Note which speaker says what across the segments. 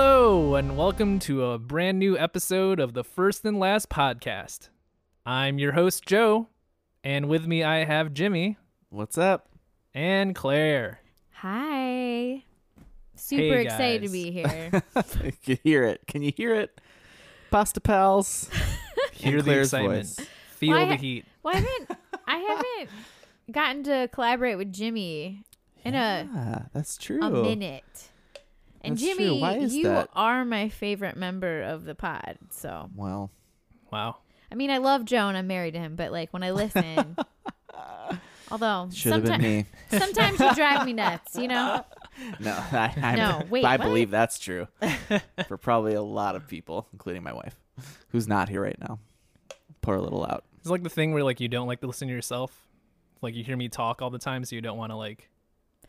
Speaker 1: and welcome to a brand new episode of the First and Last Podcast. I'm your host, Joe, and with me I have Jimmy
Speaker 2: What's up?
Speaker 1: and Claire.
Speaker 3: Hi. Super excited to
Speaker 1: guys.
Speaker 3: be here.
Speaker 2: you can hear it. Can you hear it? Pasta pals.
Speaker 1: Hear the
Speaker 2: Claire's
Speaker 1: excitement,
Speaker 2: voice.
Speaker 1: feel
Speaker 3: Why-
Speaker 1: the heat.
Speaker 3: well, I haven't I haven't gotten to collaborate with Jimmy in
Speaker 2: Yeah, Ah, that's true.
Speaker 3: Uh, a a minute. And
Speaker 2: That's true.
Speaker 3: Jimmy,
Speaker 2: Why is
Speaker 3: you
Speaker 2: that?
Speaker 3: are my favorite member of the pod. So
Speaker 2: Well,
Speaker 1: Wow.
Speaker 3: I mean I love Joe and I'm married to him, but like when I listen although
Speaker 2: should have been
Speaker 3: sometimes
Speaker 2: me.
Speaker 3: sometimes you drive me nuts, you know?
Speaker 2: No, I, I'm-
Speaker 3: No, wait,
Speaker 2: I
Speaker 3: what?
Speaker 2: believe that's true for probably a lot of people, including my wife, who's not here right now. Pour a little out.
Speaker 1: It's like the thing where like you don't like to listen to yourself. Like you hear me talk all the time, so you don't want to like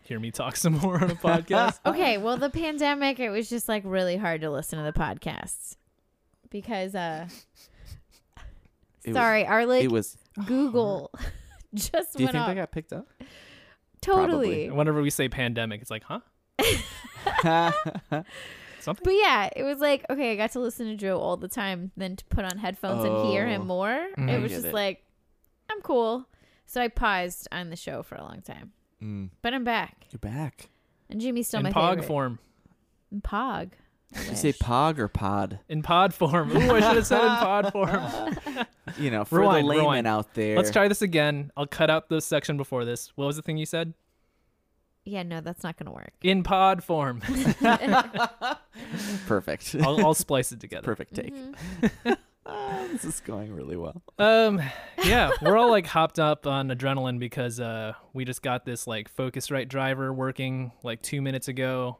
Speaker 1: hear me talk some more on a podcast.
Speaker 3: Okay, well the pandemic it was just like really hard to listen to the podcasts. Because uh
Speaker 2: It was-
Speaker 3: sorry, our like
Speaker 2: It was.
Speaker 3: Google just
Speaker 2: Uh-huh. Do you
Speaker 3: went
Speaker 2: think
Speaker 3: up.
Speaker 2: they got picked up?
Speaker 3: totally.
Speaker 1: Whenever we say pandemic, it's like, huh? Something.
Speaker 3: But yeah, it was like, okay, I got to listen to Joe all the time. Then to put on headphones and hear
Speaker 2: Oh.
Speaker 3: him more,
Speaker 1: Mm. I
Speaker 3: it was
Speaker 2: get
Speaker 3: just
Speaker 2: it.
Speaker 3: like, I'm cool. So I paused on the show for a long time.
Speaker 2: Mm,
Speaker 3: But I'm back.
Speaker 2: you're back.
Speaker 3: And Jimmy's still
Speaker 1: In
Speaker 3: my
Speaker 1: pog
Speaker 3: favorite.
Speaker 1: form.
Speaker 3: In Pog. I
Speaker 2: Did you say
Speaker 3: wish.
Speaker 2: pog or pod?
Speaker 1: In pod form. Ooh, I should have said in pod form.
Speaker 2: You know, for
Speaker 1: Rewind,
Speaker 2: the layman
Speaker 1: rewind.
Speaker 2: out there.
Speaker 1: Let's try this again. I'll cut out the section before this. What was the thing you said?
Speaker 3: Yeah, no, that's not gonna work.
Speaker 1: In pod form.
Speaker 2: Perfect.
Speaker 1: I'll, I'll splice it together.
Speaker 2: Perfect take.
Speaker 3: Mm-hmm.
Speaker 2: Ah, this is going really well.
Speaker 1: Um, yeah, we're all like hopped up on adrenaline because uh, we just got this like Focusrite driver working like two minutes ago.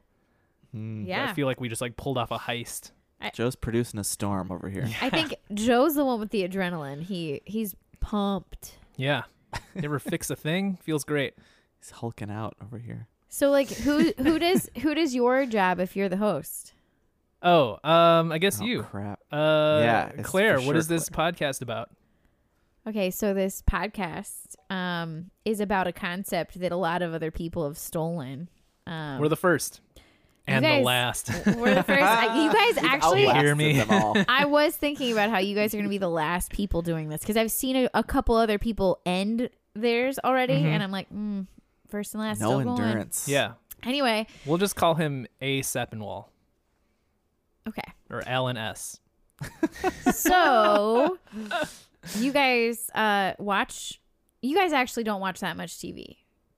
Speaker 1: I
Speaker 3: Yeah.
Speaker 1: feel like we just like pulled off a heist.
Speaker 2: Hmm. Joe's producing a storm over here.
Speaker 3: I think Joe's the one with the adrenaline. He he's pumped.
Speaker 1: Yeah, never fix a thing. Feels great.
Speaker 2: He's hulking out over here.
Speaker 3: So like who who does who does your job if you're the host?
Speaker 1: Oh, um, I guess
Speaker 2: Oh,
Speaker 1: you.
Speaker 2: crap.
Speaker 1: Uh,
Speaker 2: Yeah, it's
Speaker 1: Claire,
Speaker 2: for
Speaker 1: what
Speaker 2: sure
Speaker 1: is this podcast about?
Speaker 3: Okay, so this podcast um, is about a concept that a lot of other people have stolen. Um,
Speaker 1: We're the first and the
Speaker 3: guys-
Speaker 1: last.
Speaker 3: we're the first. I- you guys actually.
Speaker 1: outlasted hear me?
Speaker 2: them all.
Speaker 3: I was thinking about how you guys are going to be the last people doing this because I've seen a, a couple other people end theirs already, and I'm like, mm, first and last.
Speaker 2: no
Speaker 3: still going.
Speaker 2: endurance.
Speaker 1: yeah,
Speaker 3: Anyway,
Speaker 1: we'll just call him A. Seppenwall
Speaker 3: okay.
Speaker 1: or Alan S.
Speaker 3: So you guys uh, watch. You guys actually don't watch that much TV,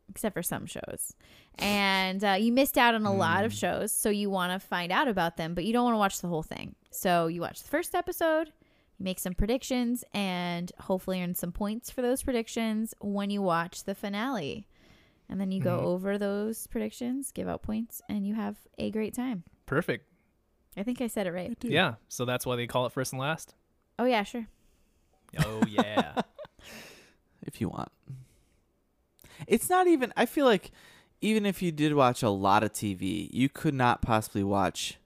Speaker 3: except for some shows, and uh, you missed out on a lot of shows. So you want to find out about them, but you don't want to watch the whole thing. So you watch the first episode, you make some predictions, and hopefully earn some points for those predictions when you watch the finale. And then you go over those predictions, give out points, and you have a great time.
Speaker 1: Perfect.
Speaker 3: I think I said it right.
Speaker 2: Dude.
Speaker 1: Yeah, so that's why they call it first and last.
Speaker 3: Oh yeah, sure.
Speaker 1: Oh yeah.
Speaker 2: If you want. It's not even I feel like even if you did watch a lot of TV, you could not possibly watch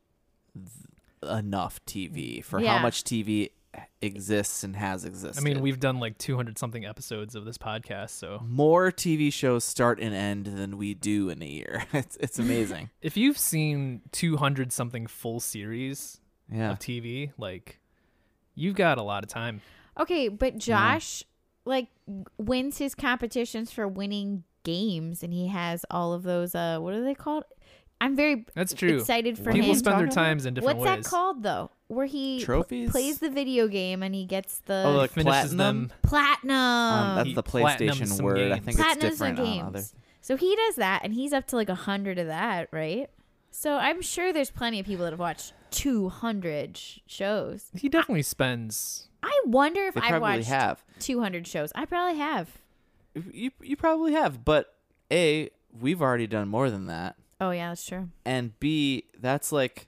Speaker 2: th- enough TV for how
Speaker 3: Yeah.
Speaker 2: much TV exists and has
Speaker 1: I
Speaker 2: existed.
Speaker 1: mean, we've done like 200 something episodes of this podcast, so
Speaker 2: more TV shows start and end than we do in a year. It's it's amazing.
Speaker 1: if you've seen 200 something full series
Speaker 2: Yeah.
Speaker 1: of TV, like you've got a lot of time.
Speaker 3: Okay, but Josh like w- wins his competitions for winning games and he has all of those uh what are they called? I'm very
Speaker 1: That's true.
Speaker 3: excited for
Speaker 1: People
Speaker 3: him.
Speaker 1: spend their times in different
Speaker 3: What's
Speaker 1: ways.
Speaker 3: that called though? Where he pl-
Speaker 2: Trophies?
Speaker 3: plays the video game and he gets the
Speaker 2: Oh, like
Speaker 1: Finishes
Speaker 2: platinum?
Speaker 1: them.
Speaker 3: platinum.
Speaker 2: Um, that's
Speaker 1: He
Speaker 2: the
Speaker 1: platinums
Speaker 2: PlayStation
Speaker 1: some
Speaker 2: word. I
Speaker 1: games.
Speaker 2: think it's
Speaker 3: platinums are
Speaker 2: different on other.
Speaker 3: games. So he does that and he's up to like a hundred of that, right? So I'm sure there's plenty of people that have watched 200 sh- shows.
Speaker 1: He definitely spends.
Speaker 3: I wonder if
Speaker 2: They
Speaker 3: I've
Speaker 2: probably
Speaker 3: watched
Speaker 2: have.
Speaker 3: 200 shows. I probably have.
Speaker 2: You you probably have, but a we've already done more than that,
Speaker 3: Oh yeah, that's true.
Speaker 2: and b that's like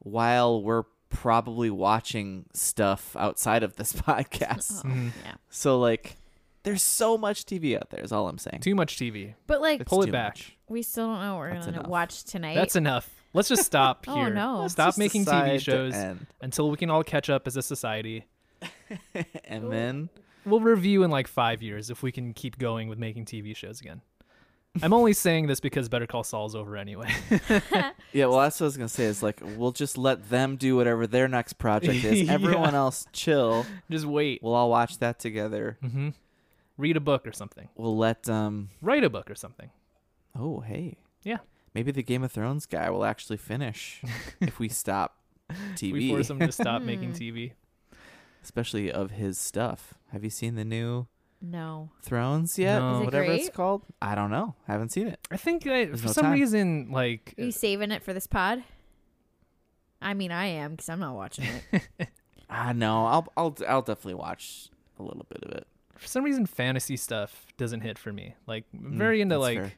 Speaker 2: while we're probably watching stuff outside of this podcast.
Speaker 3: Yeah.
Speaker 2: So like, there's so much TV out there. Is all I'm saying.
Speaker 1: Too much TV.
Speaker 3: But like
Speaker 2: It's
Speaker 1: Pull it
Speaker 2: too
Speaker 1: back.
Speaker 2: much.
Speaker 3: we still don't know what we're
Speaker 2: That's
Speaker 3: gonna
Speaker 2: enough.
Speaker 3: watch tonight.
Speaker 1: That's enough. Let's just stop
Speaker 3: Oh,
Speaker 1: here.
Speaker 3: no. Let's
Speaker 1: Stop
Speaker 2: just
Speaker 1: making TV
Speaker 2: decide to
Speaker 1: shows
Speaker 2: end.
Speaker 1: until we can all catch up as a society.
Speaker 2: And then
Speaker 1: We'll review in like five years if we can keep going with making TV shows again. I'm only saying this because Better Call Saul's over anyway.
Speaker 2: Yeah, well, that's what I was gonna say. Is like we'll just let them do whatever their next project is.
Speaker 1: Yeah.
Speaker 2: Everyone else, chill.
Speaker 1: Just wait.
Speaker 2: We'll all watch that together.
Speaker 1: hmm Read a book or something.
Speaker 2: We'll let um.
Speaker 1: Write a book or something.
Speaker 2: Oh, hey.
Speaker 1: Yeah.
Speaker 2: Maybe the Game of Thrones guy will actually finish if we stop TV,
Speaker 1: We force them to stop making TV.
Speaker 2: especially of his stuff. Have you seen the new
Speaker 3: No.
Speaker 2: Thrones yet?
Speaker 1: No. Is it
Speaker 2: Whatever it's
Speaker 3: great?
Speaker 2: called. I don't know. I haven't seen it.
Speaker 1: I think I, for
Speaker 2: no
Speaker 1: some
Speaker 2: time.
Speaker 1: reason, like,
Speaker 3: Are you saving it for this pod? I mean, I am because I'm not watching it.
Speaker 2: I know. Ah, I'll I'll I'll definitely watch a little bit of it.
Speaker 1: for some reason, fantasy stuff doesn't hit for me. Like, I'm very into
Speaker 2: Hmm, that's
Speaker 1: like
Speaker 2: fair.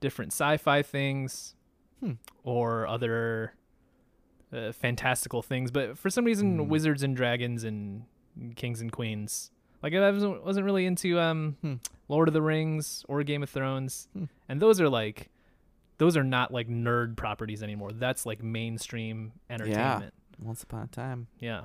Speaker 1: different sci-fi things
Speaker 2: Hmm.
Speaker 1: or other uh, fantastical things, but for some reason,
Speaker 2: Mm.
Speaker 1: wizards and dragons and kings and queens. Like, I wasn't wasn't really into um,
Speaker 2: Hmm.
Speaker 1: Lord of the Rings or Game of Thrones,
Speaker 2: Hmm.
Speaker 1: and those are like. Those are not like nerd properties anymore. That's like mainstream entertainment.
Speaker 2: Once upon a time.
Speaker 1: yeah.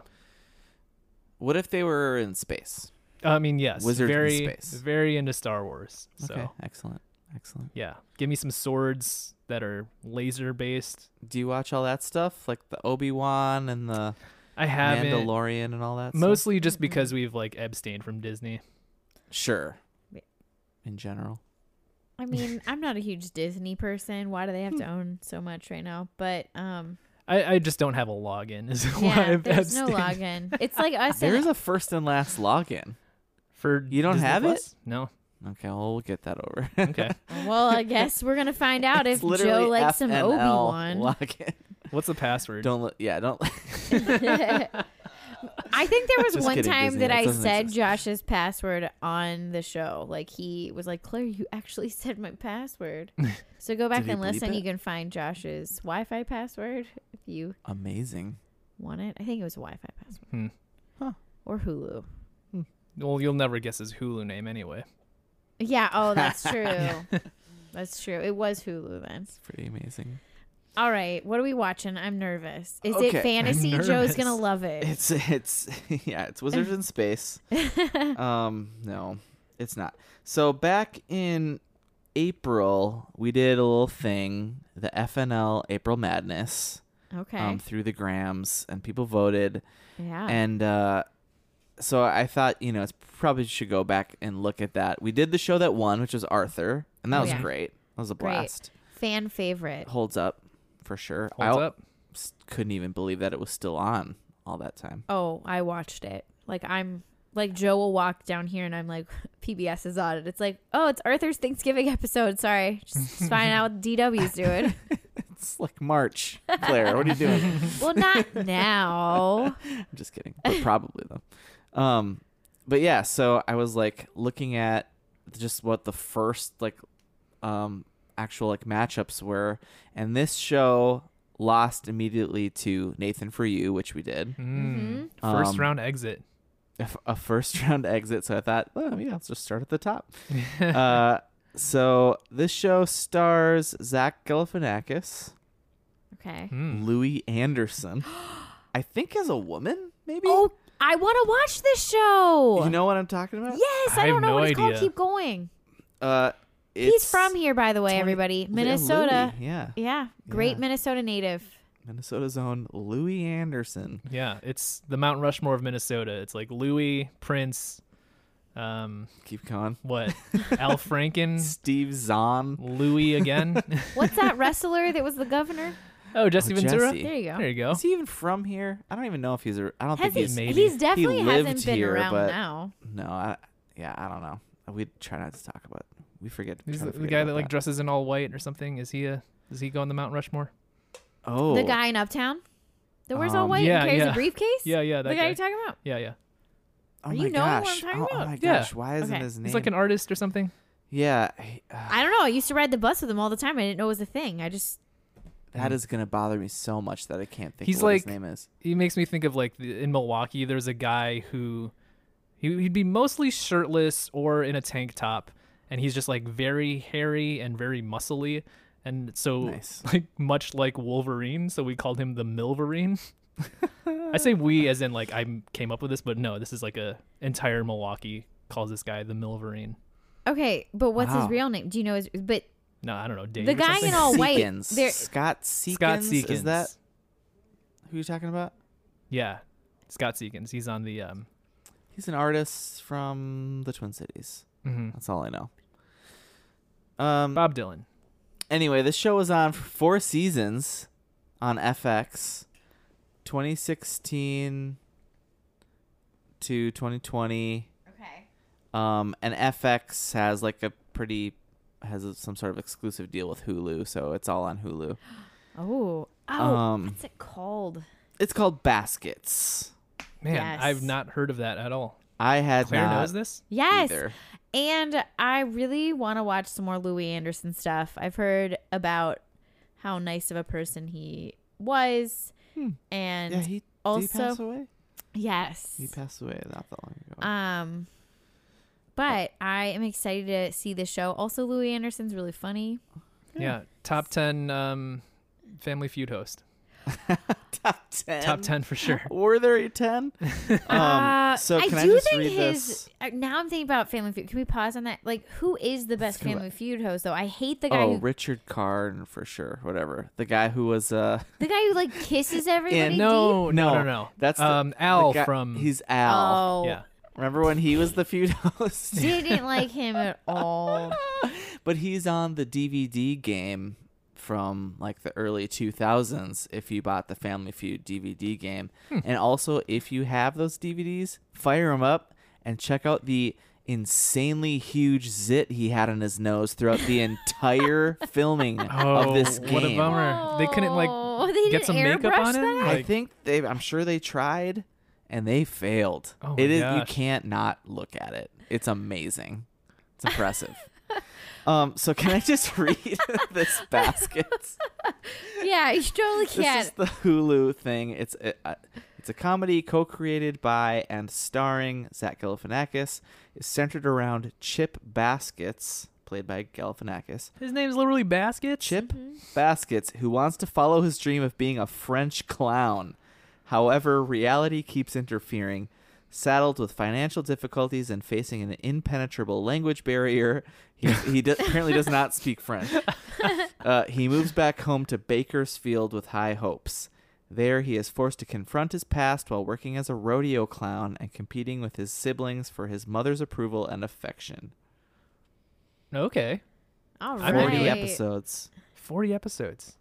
Speaker 2: What if they were in space?
Speaker 1: I mean, yes,
Speaker 2: Wizards in
Speaker 1: very,
Speaker 2: space.
Speaker 1: very into Star Wars. So
Speaker 2: Okay, excellent, excellent.
Speaker 1: yeah, give me some swords that are laser based.
Speaker 2: Do you watch all that stuff, like the Obi Wan and the
Speaker 1: I haven't
Speaker 2: Mandalorian and all that? stuff?
Speaker 1: mostly just
Speaker 3: Mhm.
Speaker 1: because we've like abstained from Disney.
Speaker 2: sure.
Speaker 3: Yeah.
Speaker 2: In general,
Speaker 3: I mean, I'm not a huge Disney person. Why do they have
Speaker 2: Hmm.
Speaker 3: to own so much right now? But um,
Speaker 1: I, I just don't have a login. Is why
Speaker 3: yeah,
Speaker 1: I've
Speaker 3: there's no
Speaker 1: abstained
Speaker 3: login. It's like us.
Speaker 2: there is
Speaker 3: And,
Speaker 2: a first and last login.
Speaker 1: for.
Speaker 2: You don't
Speaker 1: Disney
Speaker 2: have it?
Speaker 1: Plus? No.
Speaker 2: Okay, well we'll get that over.
Speaker 1: Okay.
Speaker 3: well, I guess we're gonna find out if
Speaker 2: It's literally
Speaker 3: Joe likes some Obi
Speaker 2: FNL
Speaker 3: Wan.
Speaker 2: Login.
Speaker 1: What's the password?
Speaker 2: Don't look. Yeah, don't.
Speaker 3: I think there was
Speaker 2: Just
Speaker 3: one
Speaker 2: kidding,
Speaker 3: time
Speaker 2: Disney.
Speaker 3: that
Speaker 2: That
Speaker 3: I
Speaker 2: doesn't
Speaker 3: said
Speaker 2: exist.
Speaker 3: Josh's password on the show. Like he was like, "Claire, you actually said my password." So go back
Speaker 2: Did he
Speaker 3: and
Speaker 2: bleep
Speaker 3: listen.
Speaker 2: it?
Speaker 3: You can find Josh's Wi-Fi password if you
Speaker 2: Amazing.
Speaker 3: want it. I think it was a Wi-Fi password.
Speaker 1: Hmm.
Speaker 2: Huh.
Speaker 3: Or Hulu.
Speaker 1: Well, you'll never guess his Hulu name anyway.
Speaker 3: Yeah. Oh, that's true. that's true. It was Hulu then.
Speaker 2: It's pretty amazing.
Speaker 3: All right. What are we watching? I'm nervous. Is
Speaker 2: Okay.
Speaker 3: it fantasy?
Speaker 1: I'm
Speaker 3: Joe's gonna
Speaker 1: nervous.
Speaker 3: love it.
Speaker 2: It's it's yeah. It's Wizards in Space. Um, no, it's not. So back in April, we did a little thing, the FNL April Madness,
Speaker 3: okay.
Speaker 2: um, through the Grams, and people voted,
Speaker 3: yeah.
Speaker 2: and uh, so I thought, you know, it's probably should go back and look at that. We did the show that won, which was Arthur, and that was
Speaker 3: Oh, Yeah.
Speaker 2: great. That was a
Speaker 3: Great.
Speaker 2: blast.
Speaker 3: Fan favorite.
Speaker 2: Holds up for sure. I
Speaker 1: Holds up.
Speaker 2: s- couldn't even believe that it was still on all that time.
Speaker 3: Oh, I watched it. Like I'm like Joe will walk down here and I'm like PBS is on it. It's like, oh, it's Arthur's Thanksgiving episode. Sorry. Just, just find out what DW's doing.
Speaker 2: It's like March, Claire. what are you doing?
Speaker 3: well, not now.
Speaker 2: I'm just kidding. But probably though. Um, but yeah, so I was like looking at just what the first like um actual like matchups were, and this show lost immediately to Nathan for You, which we did
Speaker 1: Mm.
Speaker 3: Mhm.
Speaker 1: First
Speaker 2: Um,
Speaker 1: round exit.
Speaker 2: a, f- a first round exit. So I thought, oh yeah, let's just start at the top. uh, so this show stars Zach Galifianakis, Hmm.
Speaker 3: Okay.
Speaker 1: Mm.
Speaker 2: Louis Anderson. I think as a woman, maybe.
Speaker 3: Oh, I want to watch this show.
Speaker 2: you know what I'm talking about?
Speaker 3: yes,
Speaker 1: I
Speaker 3: I,
Speaker 1: have
Speaker 3: don't know
Speaker 1: no
Speaker 3: what it's called.
Speaker 1: idea.
Speaker 3: Keep going.
Speaker 2: Uh,
Speaker 3: He's
Speaker 2: it's-
Speaker 3: from here, by the way,
Speaker 2: 20
Speaker 3: everybody.
Speaker 2: Lou-
Speaker 3: Minnesota.
Speaker 2: Louis, yeah.
Speaker 3: Yeah. Great
Speaker 2: Yeah.
Speaker 3: Minnesota native.
Speaker 2: Minnesota's own Louis Anderson.
Speaker 1: Yeah, it's the Mount Rushmore of Minnesota. It's like Louis, Prince, um,
Speaker 2: Keep going.
Speaker 1: what? Al Franken,
Speaker 2: Steve Zahn.
Speaker 1: Louis again.
Speaker 3: What's that wrestler that was the governor?
Speaker 1: oh, Jesse
Speaker 2: Oh,
Speaker 1: Ventura.
Speaker 2: Jesse.
Speaker 3: There you go.
Speaker 1: There you go.
Speaker 2: Is he even from here? I don't even know if he's a. I don't
Speaker 3: Has
Speaker 2: think
Speaker 3: he,
Speaker 2: he's.
Speaker 1: Maybe.
Speaker 3: he's definitely
Speaker 2: lived
Speaker 3: hasn't been
Speaker 2: here,
Speaker 3: around
Speaker 2: but-
Speaker 3: now.
Speaker 2: No, I, yeah, I don't know. We try not to talk about. We forget.
Speaker 1: He's
Speaker 2: try
Speaker 1: the,
Speaker 2: to
Speaker 1: the
Speaker 2: forget
Speaker 1: guy
Speaker 2: about
Speaker 1: that like dresses in all white or something. Is he a? Does he go on the Mount Rushmore?
Speaker 2: Oh,
Speaker 3: The guy in Uptown that wears all
Speaker 2: Um,
Speaker 3: white
Speaker 1: yeah,
Speaker 3: and carries
Speaker 1: yeah.
Speaker 3: a briefcase?
Speaker 1: Yeah, yeah, that
Speaker 3: the guy,
Speaker 1: guy.
Speaker 3: you're talking about.
Speaker 1: yeah, yeah.
Speaker 2: Oh my
Speaker 3: you know who I'm
Speaker 2: gosh.
Speaker 3: talking
Speaker 2: oh,
Speaker 3: about?
Speaker 2: oh my
Speaker 1: Yeah.
Speaker 2: gosh. Why isn't
Speaker 3: Okay.
Speaker 2: his name?
Speaker 1: He's like an artist or something.
Speaker 2: yeah. he- uh,
Speaker 3: I don't know. I used to ride the bus with him all the time. I didn't know it was a thing. I just
Speaker 2: that is gonna bother me so much that I can't think.
Speaker 1: He's
Speaker 2: of what his
Speaker 1: like-
Speaker 2: name is.
Speaker 1: He makes me think of like the, in Milwaukee. There's a guy who he, he'd be mostly shirtless or in a tank top, and he's just like very hairy and very muscly. And so,
Speaker 2: Nice.
Speaker 1: like much like Wolverine, so we called him the Milverine. I say we as in like I came up with this, but no, this is like a entire Milwaukee calls this guy the Milverine.
Speaker 3: okay. But what's
Speaker 2: Wow.
Speaker 3: his real name? Do you know his? But
Speaker 1: No, I don't know. Dave
Speaker 3: The
Speaker 1: or
Speaker 3: guy
Speaker 1: something?
Speaker 3: in all white,
Speaker 2: Seekins.
Speaker 3: there-
Speaker 2: Scott Seekins.
Speaker 1: Scott Seekins.
Speaker 2: Is that who you're talking about?
Speaker 1: Yeah, Scott Seekins. He's on the um.
Speaker 2: He's an artist from the Twin Cities.
Speaker 1: mhm.
Speaker 2: That's all I know. Um.
Speaker 1: Bob Dylan.
Speaker 2: Anyway, this show was on for four seasons on FX, 2016 to 2020.
Speaker 3: Okay.
Speaker 2: Um, and FX has like a pretty has a, some sort of exclusive deal with Hulu, so it's all on Hulu.
Speaker 3: Oh. Oh.
Speaker 2: Um,
Speaker 3: what's it called?
Speaker 2: It's called Baskets.
Speaker 1: Man, I've
Speaker 3: Yes.
Speaker 1: not heard of that at all.
Speaker 2: I had
Speaker 1: Claire
Speaker 2: not
Speaker 1: knows this.
Speaker 3: Yes.
Speaker 2: either.
Speaker 3: And I really want to watch some more Louis Anderson stuff. I've heard about how nice of a person he was.
Speaker 2: Hmm.
Speaker 3: And
Speaker 2: Yeah, he did he pass
Speaker 3: also,
Speaker 2: away.
Speaker 3: yes.
Speaker 2: He passed away not that long ago.
Speaker 3: Um, but I am excited to see the show. Also, Louis Anderson's really funny. Hmm.
Speaker 1: Yeah, top ten um, Family Feud host.
Speaker 2: top ten.
Speaker 3: Um,
Speaker 1: Top ten for sure.
Speaker 2: Were there ten? um,
Speaker 3: Uh,
Speaker 2: so can I,
Speaker 3: do
Speaker 2: just
Speaker 3: think
Speaker 2: read
Speaker 3: his.
Speaker 2: this?
Speaker 3: uh, Now I'm thinking about Family Feud. Can we pause on that? Like, who is the best
Speaker 2: go
Speaker 3: Family Feud host? Though I hate the guy.
Speaker 2: Oh,
Speaker 3: who,
Speaker 2: Richard Karn for sure. Whatever. The guy who was uh
Speaker 3: the guy who like kisses everybody. deep?
Speaker 1: No, no,
Speaker 2: No,
Speaker 1: no, no.
Speaker 2: that's the-
Speaker 1: um
Speaker 2: the
Speaker 1: Al
Speaker 2: guy-
Speaker 1: from.
Speaker 2: He's Al.
Speaker 3: Oh,
Speaker 1: yeah.
Speaker 2: Remember when he was the feud host?
Speaker 3: didn't like him at all.
Speaker 2: but he's on the DVD game from like the early 2000s if you bought the Family Feud DVD game.
Speaker 1: Hmm.
Speaker 2: And also if you have those DVDs, fire them up and check out the insanely huge zit he had on his nose throughout the entire filming
Speaker 1: Oh,
Speaker 2: of this
Speaker 1: what a
Speaker 2: game.
Speaker 1: bummer! They couldn't like
Speaker 3: Oh, they
Speaker 1: get some
Speaker 3: didn't
Speaker 1: makeup on
Speaker 3: airbrush
Speaker 1: him.
Speaker 2: I
Speaker 1: Like,
Speaker 2: think they I'm sure they tried and they failed.
Speaker 1: Oh my
Speaker 2: it is you
Speaker 1: gosh.
Speaker 2: can't not look at it. It's amazing. It's impressive. um so can I just read this basket?
Speaker 3: Yeah, you totally
Speaker 2: This
Speaker 3: can't.
Speaker 2: is the Hulu thing. It's a, uh, it's a comedy co-created by and starring Zach Galifianakis. It's centered around Chip Baskets, played by Galifianakis.
Speaker 1: his name's literally Basket.
Speaker 2: Chip
Speaker 3: Mm-hmm.
Speaker 2: Baskets, who wants to follow his dream of being a French clown. However, reality keeps interfering. Saddled with financial difficulties and facing an impenetrable language barrier, he, he do- apparently does not speak French. Uh, he moves back home to Bakersfield with high hopes. There, he is forced to confront his past while working as a rodeo clown and competing with his siblings for his mother's approval and affection.
Speaker 1: Okay,
Speaker 3: All
Speaker 1: I'm
Speaker 2: 40
Speaker 1: Right.
Speaker 2: episodes,
Speaker 1: forty episodes.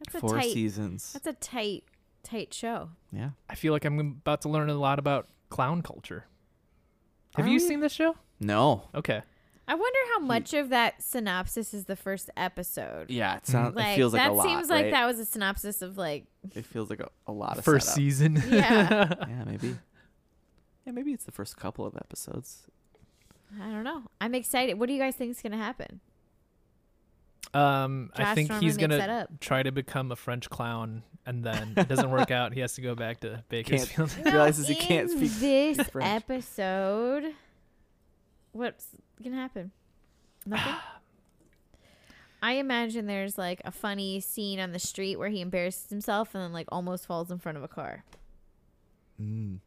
Speaker 3: That's a
Speaker 2: four
Speaker 3: tight.
Speaker 2: seasons.
Speaker 3: That's a tight, tight show.
Speaker 2: Yeah.
Speaker 1: I feel like I'm about to learn a lot about clown culture. Have
Speaker 2: Are
Speaker 1: you
Speaker 2: we?
Speaker 1: seen this show?
Speaker 2: No.
Speaker 1: Okay.
Speaker 3: I wonder how much of that synopsis is the first episode.
Speaker 2: Hmm. Yeah, it sounds.
Speaker 3: Like
Speaker 2: it feels like
Speaker 3: that
Speaker 2: a lot.
Speaker 3: seems
Speaker 2: right?
Speaker 3: like that was a synopsis of like
Speaker 2: It feels like a, a lot of
Speaker 1: First
Speaker 2: setup.
Speaker 1: season.
Speaker 3: Yeah.
Speaker 2: Yeah, maybe. Yeah, maybe it's the first couple of episodes.
Speaker 3: I don't know. I'm excited. What do you guys think is going to happen?
Speaker 1: um, I
Speaker 3: Josh
Speaker 1: think
Speaker 3: Norman
Speaker 1: he's
Speaker 3: makes
Speaker 1: gonna
Speaker 3: that up.
Speaker 1: try to become a French clown, and then it doesn't work out. He has to go back to Bakersfield.
Speaker 2: Realizes he
Speaker 3: In
Speaker 2: can't speak
Speaker 3: this
Speaker 2: French.
Speaker 3: episode. What's going to happen? Nothing. I imagine there's like a funny scene on the street where he embarrasses himself and then like almost falls in front of a car.
Speaker 2: Mm.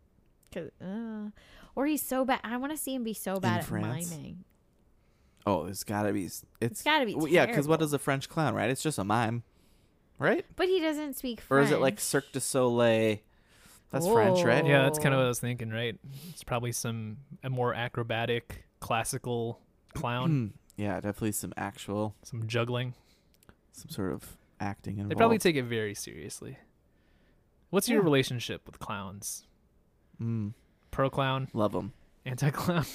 Speaker 3: 'Cause, uh, or he's so bad. I want to see him be so bad at
Speaker 2: France?
Speaker 3: miming.
Speaker 2: Oh, it's gotta be. It's,
Speaker 3: gotta be
Speaker 2: well, yeah, because what
Speaker 3: terrible.
Speaker 2: is a French clown, right? It's just a mime, right?
Speaker 3: But he doesn't speak
Speaker 2: Or
Speaker 3: French.
Speaker 2: is it like Cirque du Soleil? That's French, right?
Speaker 1: yeah, that's kind of what I
Speaker 3: Oh.
Speaker 1: was thinking. Right? It's probably some a more acrobatic, classical clown,
Speaker 2: Mm. Yeah, definitely some actual,
Speaker 1: some juggling.
Speaker 2: some sort of acting involved.
Speaker 1: They probably take it very seriously. What's your
Speaker 2: Yeah.
Speaker 1: relationship with clowns?
Speaker 2: Mm.
Speaker 1: Pro clown,
Speaker 2: Love them.
Speaker 1: anti clown.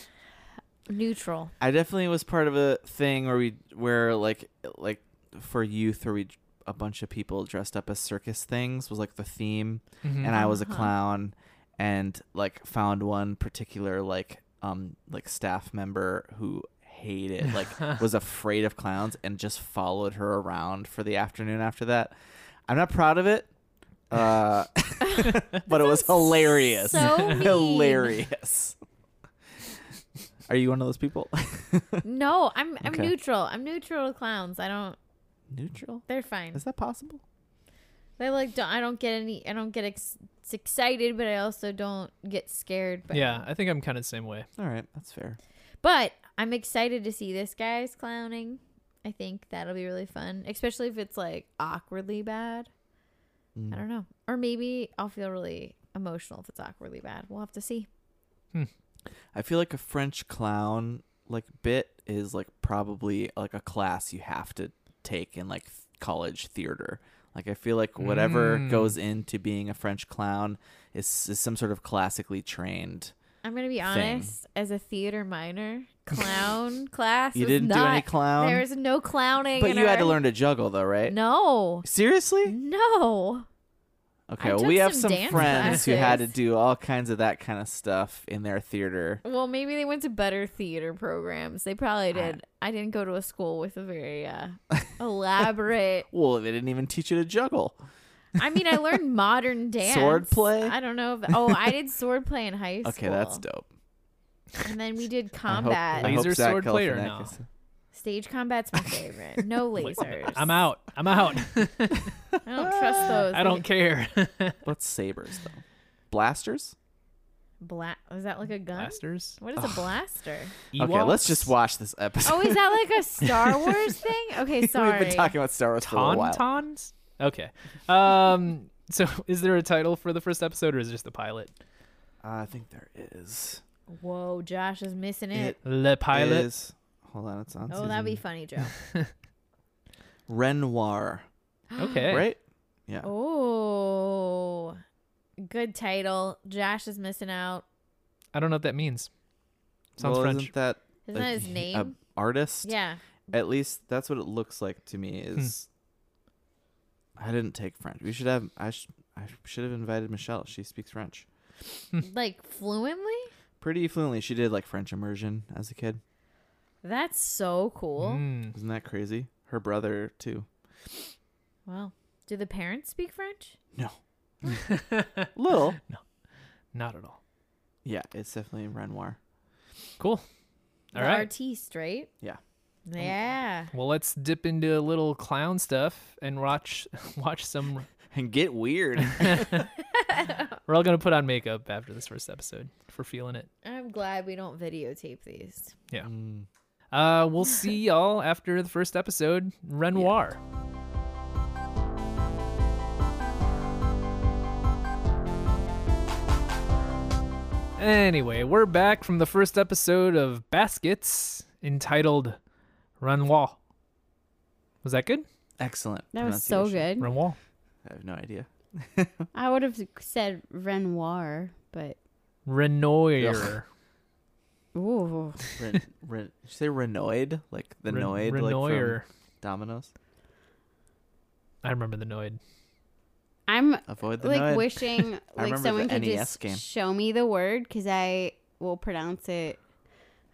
Speaker 3: neutral?
Speaker 2: I definitely was part of a thing where we where like like for youth where we a bunch of people dressed up as circus things was like the theme
Speaker 1: Mm-hmm.
Speaker 2: and I was a
Speaker 3: Uh-huh.
Speaker 2: clown and like found one particular like um like staff member who hated like was afraid of clowns and just followed her around for the afternoon after that. I'm not proud of it. Uh but it was hilarious.
Speaker 3: So mean.
Speaker 2: hilarious. Are you one of those people?
Speaker 3: No, I'm I'm
Speaker 2: Okay.
Speaker 3: neutral. I'm neutral to clowns. I don't.
Speaker 2: Neutral?
Speaker 3: They're fine.
Speaker 2: Is that possible?
Speaker 3: They like don't. I don't get any. I don't get ex- excited, but I also don't get scared. But
Speaker 1: yeah, I think I'm kind of the same way.
Speaker 2: All right, that's fair.
Speaker 3: But I'm excited to see this guy's clowning. I
Speaker 4: I think that'll be really fun, especially if it's like awkwardly bad.
Speaker 2: Mm.
Speaker 4: I don't know. Or maybe I'll feel really emotional if it's awkwardly bad. We'll have to see.
Speaker 2: I feel like a French clown like bit is like probably like a class you have to take in like th- college theater. Like I feel like whatever
Speaker 1: Mm.
Speaker 2: goes into being a French clown is, is some sort of classically trained.
Speaker 4: I'm gonna be
Speaker 2: Thing.
Speaker 4: honest. As a theater minor, clown class.
Speaker 2: you
Speaker 4: was
Speaker 2: didn't do
Speaker 4: not-
Speaker 2: any clown,
Speaker 4: There was no clowning.
Speaker 2: but
Speaker 4: in
Speaker 2: you had to
Speaker 4: our-
Speaker 2: learn to juggle though, right?
Speaker 4: No,
Speaker 2: Seriously?
Speaker 4: no.
Speaker 2: Okay,
Speaker 4: I
Speaker 2: well,
Speaker 4: took
Speaker 2: we have
Speaker 4: some
Speaker 2: some
Speaker 4: dance
Speaker 2: friends who had to
Speaker 4: classes.
Speaker 2: do all kinds of that kind of stuff in their theater.
Speaker 4: Well, maybe they went to better theater programs. They probably did. I, didn't go to a school with a very uh, elaborate.
Speaker 2: Well, they didn't even teach you to juggle.
Speaker 4: I mean, I learned modern dance,
Speaker 2: Swordplay?
Speaker 4: I don't know. If, oh, I did sword play in high school.
Speaker 2: Okay, that's dope.
Speaker 4: And then we did
Speaker 2: I hope-
Speaker 4: combat.
Speaker 2: I hope
Speaker 1: Laser
Speaker 2: Zach
Speaker 1: sword play or no?
Speaker 2: Galifianakis-
Speaker 4: Stage combat's my favorite. No lasers.
Speaker 1: I'm out. I'm out.
Speaker 4: I don't
Speaker 2: Ah.
Speaker 4: trust those.
Speaker 1: I don't care.
Speaker 2: What's sabers though? Blasters?
Speaker 4: Bla- is that like a gun?
Speaker 1: Blasters.
Speaker 4: What is a blaster?
Speaker 2: Okay, let's
Speaker 1: Ewoks?
Speaker 2: just watch this episode.
Speaker 4: Oh, is that like a Star Wars thing? Okay, sorry.
Speaker 2: We've been talking about Star Wars for a while.
Speaker 1: Tauntauns? Okay. Um. So, is there a title for the first episode, or is it just the pilot?
Speaker 2: I think there is.
Speaker 4: Whoa, Josh is missing
Speaker 2: It
Speaker 4: it.
Speaker 1: Le pilot.
Speaker 2: is- Hold on, it's on.
Speaker 4: oh, that'd be
Speaker 2: season-
Speaker 4: funny, Joe.
Speaker 2: Renoir,
Speaker 1: Okay.
Speaker 2: right? Yeah.
Speaker 4: Oh, good title. Josh is missing out.
Speaker 1: I don't know what that means. Sounds
Speaker 2: well,
Speaker 1: French.
Speaker 2: Isn't that
Speaker 4: Isn't that
Speaker 2: a-
Speaker 4: his
Speaker 2: a
Speaker 4: name?
Speaker 2: artist?
Speaker 4: yeah.
Speaker 2: At least that's what it looks like to me. Is I didn't take French. We should have. I sh- I should have invited Michelle. She speaks French
Speaker 4: like fluently?
Speaker 2: pretty fluently. She did like French immersion as a kid.
Speaker 4: That's so cool.
Speaker 1: Mm.
Speaker 2: Isn't that crazy? Her brother too.
Speaker 4: Wow. Do the parents speak French?
Speaker 2: No. Little.
Speaker 1: Not at all.
Speaker 2: Yeah, it's definitely Renoir.
Speaker 1: Cool.
Speaker 4: The
Speaker 1: All right.
Speaker 4: artiste, right?
Speaker 2: Yeah.
Speaker 4: Yeah.
Speaker 1: Well, let's dip into a little clown stuff and watch watch some.
Speaker 2: And get weird.
Speaker 1: We're all gonna put on makeup after this first episode for feeling it.
Speaker 4: I'm glad we don't videotape these.
Speaker 2: Mm.
Speaker 1: Uh, we'll see y'all after the first episode, Renoir. Anyway, we're back from the first episode of Baskets entitled Renoir. Was that good?
Speaker 2: Excellent.
Speaker 3: That was so
Speaker 2: pronunciation.
Speaker 3: good.
Speaker 1: Renoir.
Speaker 2: I have no idea.
Speaker 3: I would have said Renoir, but
Speaker 1: Renoir.
Speaker 3: ooh,
Speaker 2: Ren, ren, did you say Renoid? Like the
Speaker 1: Ren-
Speaker 2: Noid? Like
Speaker 1: Renoir.
Speaker 2: from Domino's?
Speaker 1: I remember the Noid.
Speaker 3: I'm
Speaker 2: Avoid the
Speaker 3: like
Speaker 2: Noid.
Speaker 3: wishing like
Speaker 2: remember
Speaker 3: someone
Speaker 2: the
Speaker 3: could
Speaker 2: NES
Speaker 3: just
Speaker 2: game.
Speaker 3: show me the word because I will pronounce it.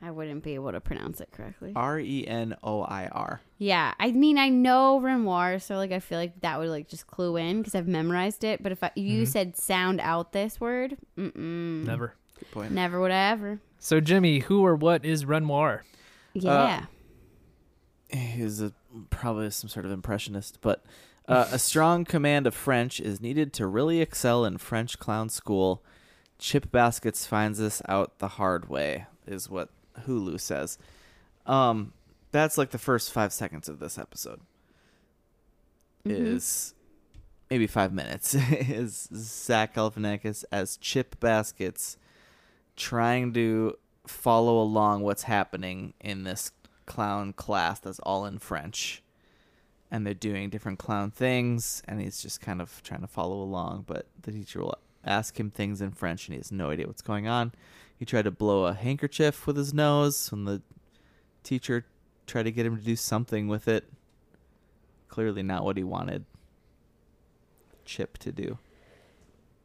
Speaker 3: I wouldn't be able to pronounce it correctly.
Speaker 2: R E N O I R.
Speaker 3: yeah, I mean I know Renoir, so like I feel like that would like just clue in because I've memorized it. But if I,
Speaker 2: Mm-hmm.
Speaker 3: you
Speaker 1: Mhm.
Speaker 3: said sound out this word,
Speaker 2: Hmm.
Speaker 3: mm-mm,
Speaker 1: Never.
Speaker 2: Good point.
Speaker 3: never would I ever.
Speaker 1: So, Jimmy, who or what is Renoir?
Speaker 2: Uh,
Speaker 3: Yeah,
Speaker 2: He's a, probably some sort of impressionist, but uh, a strong command of French is needed to really excel in French clown school. Chip Baskets finds this out the hard way, is what Hulu says. Um, that's like the first five seconds of this episode.
Speaker 3: Mhm.
Speaker 2: Is maybe five minutes is Zach Galifianakis as Chip Baskets trying to follow along what's happening in this clown class that's all in French. And they're doing different clown things, and he's just kind of trying to follow along. But the teacher will ask him things in French, and he has no idea what's going on. He tried to blow a handkerchief with his nose, and the teacher tried to get him to do something with it. Clearly, not what he wanted Chip to do.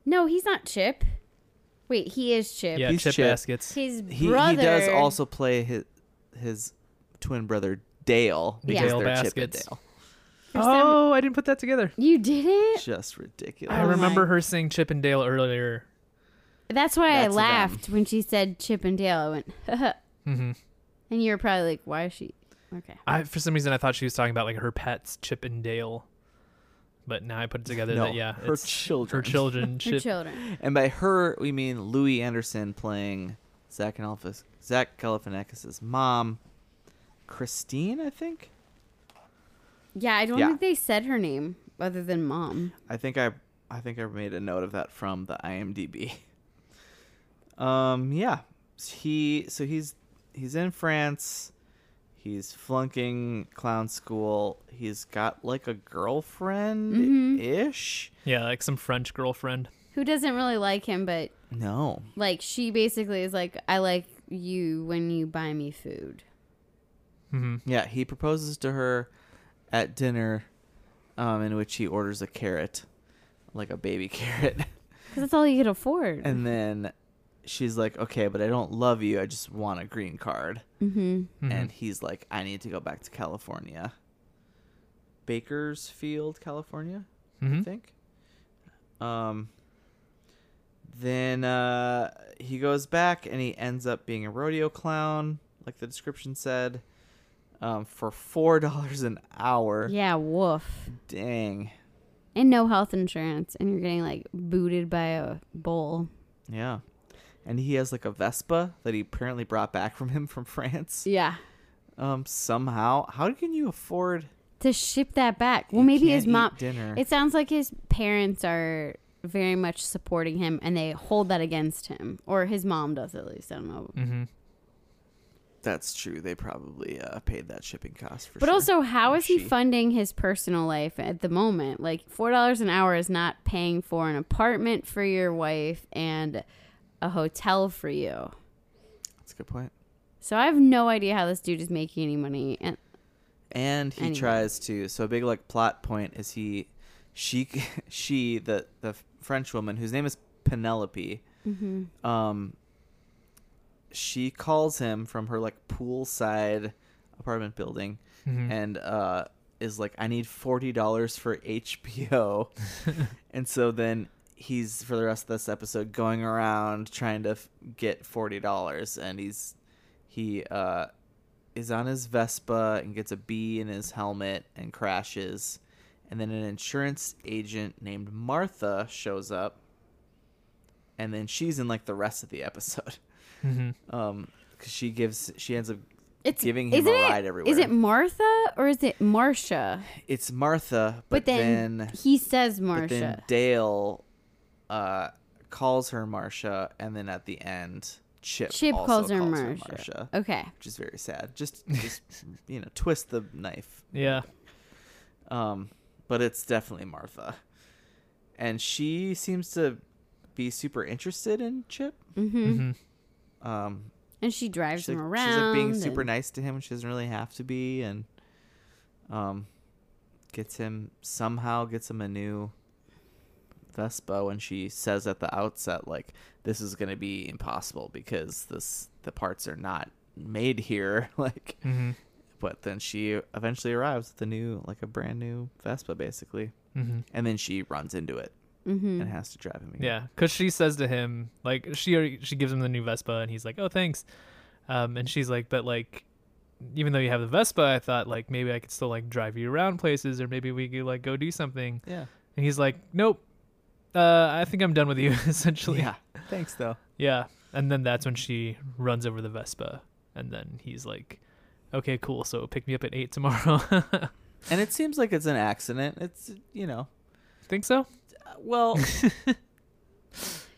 Speaker 3: no, he's not Chip. Wait, he is Chip.
Speaker 1: Yeah,
Speaker 2: He's
Speaker 1: Chip
Speaker 2: Chip.
Speaker 1: Baskets.
Speaker 3: His
Speaker 2: He,
Speaker 3: brother.
Speaker 2: he does also play his his twin brother Dale
Speaker 1: Yeah.
Speaker 2: because
Speaker 1: Dale
Speaker 2: they're
Speaker 1: Baskets.
Speaker 2: Chip
Speaker 3: For some-
Speaker 1: Oh, I didn't put that together.
Speaker 3: You
Speaker 2: and Dale.
Speaker 3: didn't?
Speaker 2: Just ridiculous.
Speaker 1: I
Speaker 3: Oh my-
Speaker 1: remember her saying Chip and Dale earlier.
Speaker 3: That's why
Speaker 2: That's them.
Speaker 3: I laughed when she said Chip and Dale. I went,
Speaker 1: hmm
Speaker 3: and you were probably like, why is she? Okay.
Speaker 1: I, for some reason, I thought she was talking about like her pets, Chip and Dale. But now I put it together
Speaker 2: No,
Speaker 1: that yeah,
Speaker 2: her
Speaker 1: it's
Speaker 2: children.
Speaker 1: her children,
Speaker 3: Her
Speaker 1: Chip.
Speaker 3: children.
Speaker 2: And by her, we mean Louis Anderson playing Zach and Elvis, Zach Galifianakis' mom, Christine, I think,
Speaker 3: Yeah, I don't
Speaker 2: Yeah.
Speaker 3: think they said her name other than mom.
Speaker 2: I think I I think I made a note of that from the IMDb. Um yeah. He so he's he's in France. He's flunking clown school. He's got like a girlfriend ish.
Speaker 1: Yeah, like some French girlfriend.
Speaker 3: Who doesn't really like him, but
Speaker 2: No.
Speaker 3: like she basically is like, I like you when you buy me food.
Speaker 1: Mm-hmm.
Speaker 2: Yeah, he proposes to her at dinner um in which he orders a carrot, like a baby carrot.
Speaker 3: Because that's all he could afford.
Speaker 2: and then she's like, "Okay, but I don't love you. I just want a green card."
Speaker 3: mm-hmm.
Speaker 2: and he's like, I need to go back to California. Bakersfield, California, I
Speaker 1: Mhm.
Speaker 2: think. Um, then uh, he goes back and he ends up being a rodeo clown, like the description said, um, for four dollars an hour.
Speaker 3: Yeah, woof.
Speaker 2: Dang.
Speaker 3: And no health insurance. And you're getting like booted by a bull.
Speaker 2: Yeah. And he has like a Vespa that he apparently brought back from him from France.
Speaker 3: Yeah.
Speaker 2: Um, somehow, how can you afford?
Speaker 3: To ship that back. Well,
Speaker 2: you
Speaker 3: maybe
Speaker 2: can't
Speaker 3: his
Speaker 2: eat
Speaker 3: mom.
Speaker 2: Dinner.
Speaker 3: It sounds like his parents are very much supporting him and they hold that against him. Or his mom does, at least. I don't know.
Speaker 1: Mm-hmm.
Speaker 2: That's true. They probably uh, paid that shipping cost for
Speaker 3: But
Speaker 2: sure.
Speaker 3: also, how
Speaker 2: Or
Speaker 3: is he
Speaker 2: she.
Speaker 3: funding his personal life at the moment? Like four dollars an hour is not paying for an apartment for your wife and a hotel for you.
Speaker 2: that's a good point.
Speaker 3: So I have no idea how this dude is making any money. And
Speaker 2: And he
Speaker 3: Anyway.
Speaker 2: tries to. So a big like plot point is he, she, she the the French woman whose name is Penelope. Um. She calls him from her like poolside apartment building, and uh is like, I need forty dollars for HBO. And so then he's for the rest of this episode going around trying to f- get forty dollars, and he's he uh, is on his Vespa and gets a bee in his helmet and crashes, and then an insurance agent named Martha shows up, and then she's in like the rest of the episode,
Speaker 1: Mm-hmm.
Speaker 2: um, because she gives she ends up
Speaker 3: it's
Speaker 2: giving him
Speaker 3: isn't
Speaker 2: a
Speaker 3: it-
Speaker 2: ride everywhere.
Speaker 3: Is it Martha or is it Marcia?
Speaker 2: It's Martha, but,
Speaker 3: But, then,
Speaker 2: then
Speaker 3: he says
Speaker 2: But then
Speaker 3: Marcia.
Speaker 2: Dale uh, calls her Marcia, and then at the end, Chip
Speaker 3: Chip
Speaker 2: also
Speaker 3: calls her Marcia.
Speaker 2: Marcia,
Speaker 3: Okay.
Speaker 2: which is very sad. Just, just you know, twist the knife.
Speaker 1: Yeah.
Speaker 2: Um, but it's definitely Martha, and she seems to be super interested in Chip.
Speaker 3: Mm-hmm.
Speaker 2: Um,
Speaker 3: And she drives
Speaker 2: she's like,
Speaker 3: him around.
Speaker 2: she's like being super
Speaker 3: and-
Speaker 2: nice to him when she doesn't really have to be, and um, gets him somehow gets him a new Vespa when she says at the outset like this is gonna be impossible because this the parts are not made here like
Speaker 1: Mm-hmm.
Speaker 2: but then she eventually arrives with a new like a brand new Vespa basically
Speaker 1: Mm-hmm.
Speaker 2: and then she runs into it
Speaker 3: Mhm.
Speaker 2: and has to drive him again.
Speaker 1: Yeah, because she says to him, like she already, she gives him the new Vespa, and he's like, "Oh, thanks," um, and she's like, "But like, even though you have the Vespa, I thought like maybe I could still like drive you around places, or maybe we could like go do something."
Speaker 2: yeah
Speaker 1: And he's like, "Nope, uh, I think I'm done with you." essentially,
Speaker 2: yeah thanks though
Speaker 1: yeah. And then that's when she runs over the Vespa, and then he's like, "Okay, cool. So pick me up at eight tomorrow."
Speaker 2: and it seems like it's an accident it's you know
Speaker 1: think so?
Speaker 2: well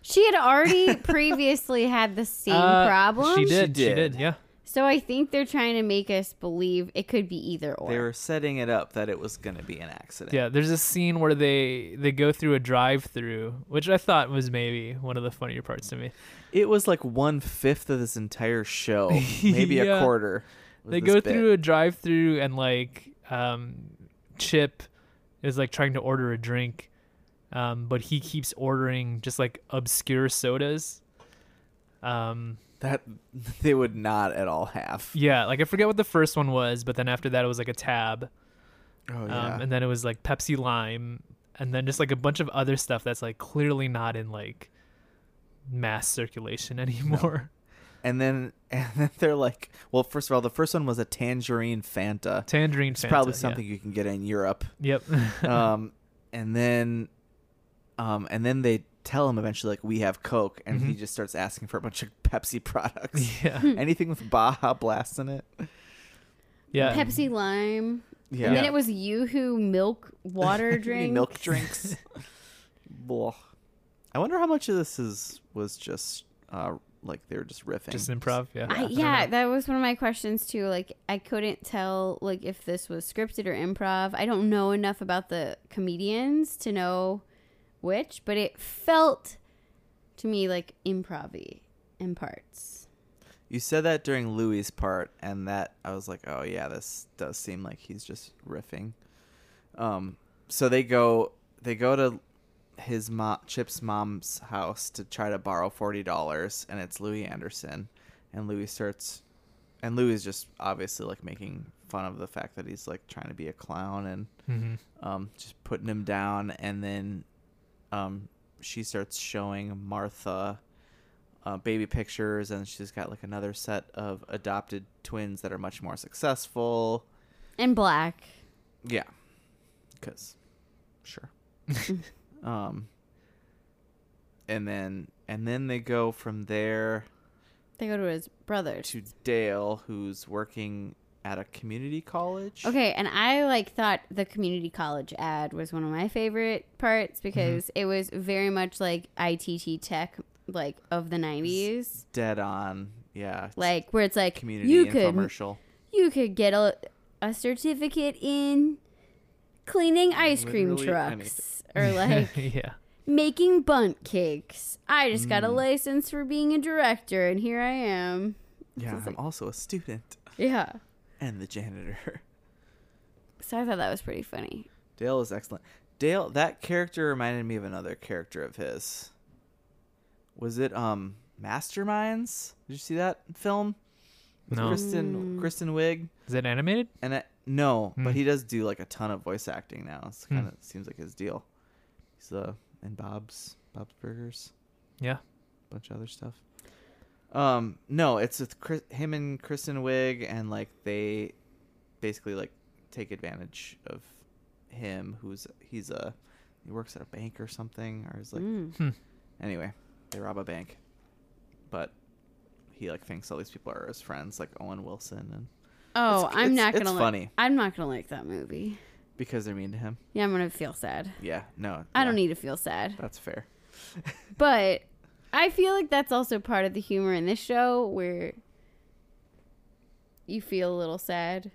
Speaker 3: She had already previously had the same
Speaker 1: Uh,
Speaker 3: problem.
Speaker 1: She
Speaker 2: She
Speaker 1: did. She did.
Speaker 2: did.
Speaker 1: yeah.
Speaker 3: So I think they're trying to make us believe it could be either or.
Speaker 2: They were setting it up that it was going to be an accident.
Speaker 1: Yeah, there's a scene where they they go through a drive-through, which I thought was maybe one of the funnier parts to me.
Speaker 2: It was like one fifth of this entire show, maybe
Speaker 1: Yeah.
Speaker 2: a quarter. was
Speaker 1: They
Speaker 2: this
Speaker 1: go
Speaker 2: bit.
Speaker 1: through a drive-through and like um, Chip is like trying to order a drink, um, but he keeps ordering just like obscure sodas. Um,
Speaker 2: that they would not at all have.
Speaker 1: yeah, like I forget what the first one was, but then after that it was like a tab,
Speaker 2: Oh
Speaker 1: um, and then it was like Pepsi Lime, and then just like a bunch of other stuff that's like clearly not in like mass circulation anymore.
Speaker 2: and then and then they're like, well, first of all, the first one was a tangerine Fanta.
Speaker 1: Tangerine.
Speaker 2: It's
Speaker 1: Fanta,
Speaker 2: probably
Speaker 1: yeah.
Speaker 2: something you can get in Europe.
Speaker 1: Yep.
Speaker 2: um, and then, um, and then they tell him eventually like we have Coke, and he just starts asking for a bunch of Pepsi products.
Speaker 1: yeah.
Speaker 2: Anything with Baja Blast in it.
Speaker 1: Yeah.
Speaker 3: Pepsi Lime
Speaker 2: Yeah.
Speaker 3: And then it was you who milk water drink.
Speaker 2: milk drinks. Blah. I wonder how much of this is was just uh like they were just riffing.
Speaker 1: Just improv, yeah.
Speaker 3: I,
Speaker 1: don't
Speaker 3: yeah,
Speaker 1: know.
Speaker 3: that was one of my questions too. Like, I couldn't tell like if this was scripted or improv. I don't know enough about the comedians to know which, but it felt to me like improv-y in parts.
Speaker 2: You said that during Louis' part, and that I was like, oh yeah, this does seem like he's just riffing. Um, so they go they go to his mom Chip's mom's house to try to borrow forty dollars, and it's Louis Anderson, and Louis starts, and Louis is just obviously like making fun of the fact that he's like trying to be a clown and
Speaker 1: Mhm.
Speaker 2: um, just putting him down, and then um, she starts showing Martha uh, baby pictures, and she's got like another set of adopted twins that are much more successful.
Speaker 3: And black.
Speaker 2: Yeah, because sure. um, and then and then they go from there
Speaker 3: They go to his brother.
Speaker 2: to Dale, who's working at a community college.
Speaker 3: Okay, and I like thought the community college ad was one of my favorite parts
Speaker 2: Mm-hmm.
Speaker 3: because it was very much like ITT tech like of the 90s.
Speaker 2: dead on. Yeah, it's
Speaker 3: Like where it's like
Speaker 2: community
Speaker 3: you could
Speaker 2: infomercial.
Speaker 3: you could get a, a certificate in cleaning ice cream
Speaker 2: Literally
Speaker 3: trucks or like
Speaker 1: yeah.
Speaker 3: making bunt cakes. I just got a
Speaker 2: Mm.
Speaker 3: license for being a director and here I am.
Speaker 2: Yeah,
Speaker 3: It's
Speaker 2: I'm
Speaker 3: like-
Speaker 2: also a student
Speaker 3: Yeah.
Speaker 2: and the janitor.
Speaker 3: So I thought that was pretty funny.
Speaker 2: Dale is excellent. Dale, that character reminded me of another character of his. Was it um Masterminds? Did you see that film? With
Speaker 1: No.
Speaker 2: Kristen Kristen Wiig
Speaker 1: Is it animated?
Speaker 2: and I, no,
Speaker 1: Hmm.
Speaker 2: but he does do like a ton of voice acting now. It's kind of seems like his deal. He's uh in Bob's Bob's Burgers,
Speaker 1: Yeah.
Speaker 2: bunch of other stuff. Um, no, it's with Chris, him and Kristen Wiig, and like they basically like take advantage of him, who's he's a he works at a bank or something, or is like
Speaker 3: Mm.
Speaker 2: anyway, they rob a bank, but he like thinks all these people are his friends, like Owen Wilson, and
Speaker 3: Oh,
Speaker 2: It's-
Speaker 3: I'm
Speaker 2: it's-
Speaker 3: not
Speaker 2: it's
Speaker 3: gonna like
Speaker 2: funny.
Speaker 3: I'm not gonna like that movie.
Speaker 2: because they're mean to him.
Speaker 3: Yeah, I'm gonna feel sad.
Speaker 2: Yeah, no,
Speaker 3: I don't e-,
Speaker 2: yeah,
Speaker 3: need to feel sad.
Speaker 2: That's fair.
Speaker 3: But I feel like that's also part of the humor in this show where you feel a little sad,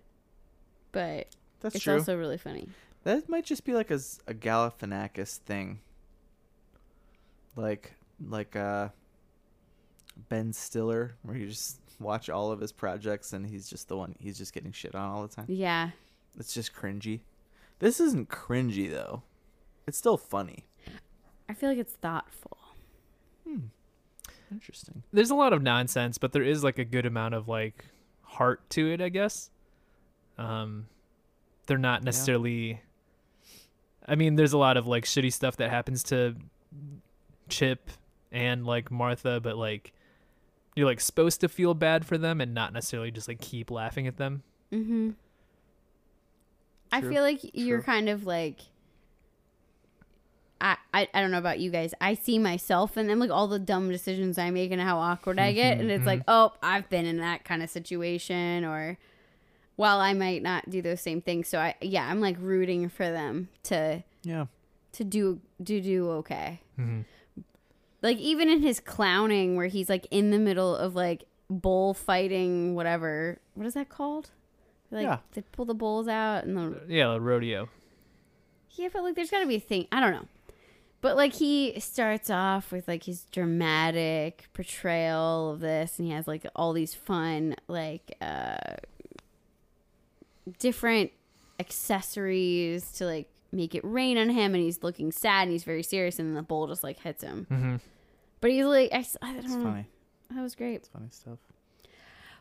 Speaker 3: but
Speaker 2: That's
Speaker 3: it's
Speaker 2: true.
Speaker 3: also really funny.
Speaker 2: That might just be like a, s- a Galifianakis thing. Like like uh Ben Stiller where you just watch all of his projects and he's just the one he's just getting shit on all the time.
Speaker 3: Yeah.
Speaker 2: It's just cringy. This isn't cringy though. It's still funny.
Speaker 3: I feel like it's thoughtful.
Speaker 2: Interesting.
Speaker 1: There's a lot of nonsense, but there is like a good amount of like heart to it, I guess. Um they're not necessarily I mean, there's a lot of like shitty stuff that happens to Chip and like Martha, but like you're like supposed to feel bad for them and not necessarily just like keep laughing at them.
Speaker 3: Mm-hmm. I
Speaker 2: True.
Speaker 3: feel like you're
Speaker 2: True.
Speaker 3: kind of like I, I I don't know about you guys. I see myself and then like all the dumb decisions I make and how awkward I get,
Speaker 2: Mm-hmm.
Speaker 3: and it's like, oh, I've been in that kind of situation, or while I might not do those same things, so I yeah, I'm like rooting for them to
Speaker 2: Yeah.
Speaker 3: to do to do okay.
Speaker 1: Mhm.
Speaker 3: Like even in his clowning, where he's like in the middle of like bullfighting, whatever. What is that called? Like
Speaker 2: Yeah.
Speaker 3: they pull the bulls out and the
Speaker 1: Yeah, the rodeo.
Speaker 3: yeah, but like there's got to be a thing. I don't know. But like he starts off with like his dramatic portrayal of this and he has like all these fun like uh different accessories to like make it rain on him and he's looking sad and he's very serious and then the bowl just like hits him.
Speaker 1: Mhm.
Speaker 3: But he's like I, s- I don't
Speaker 2: It's
Speaker 3: know.
Speaker 2: funny.
Speaker 3: That was great.
Speaker 2: It's funny stuff.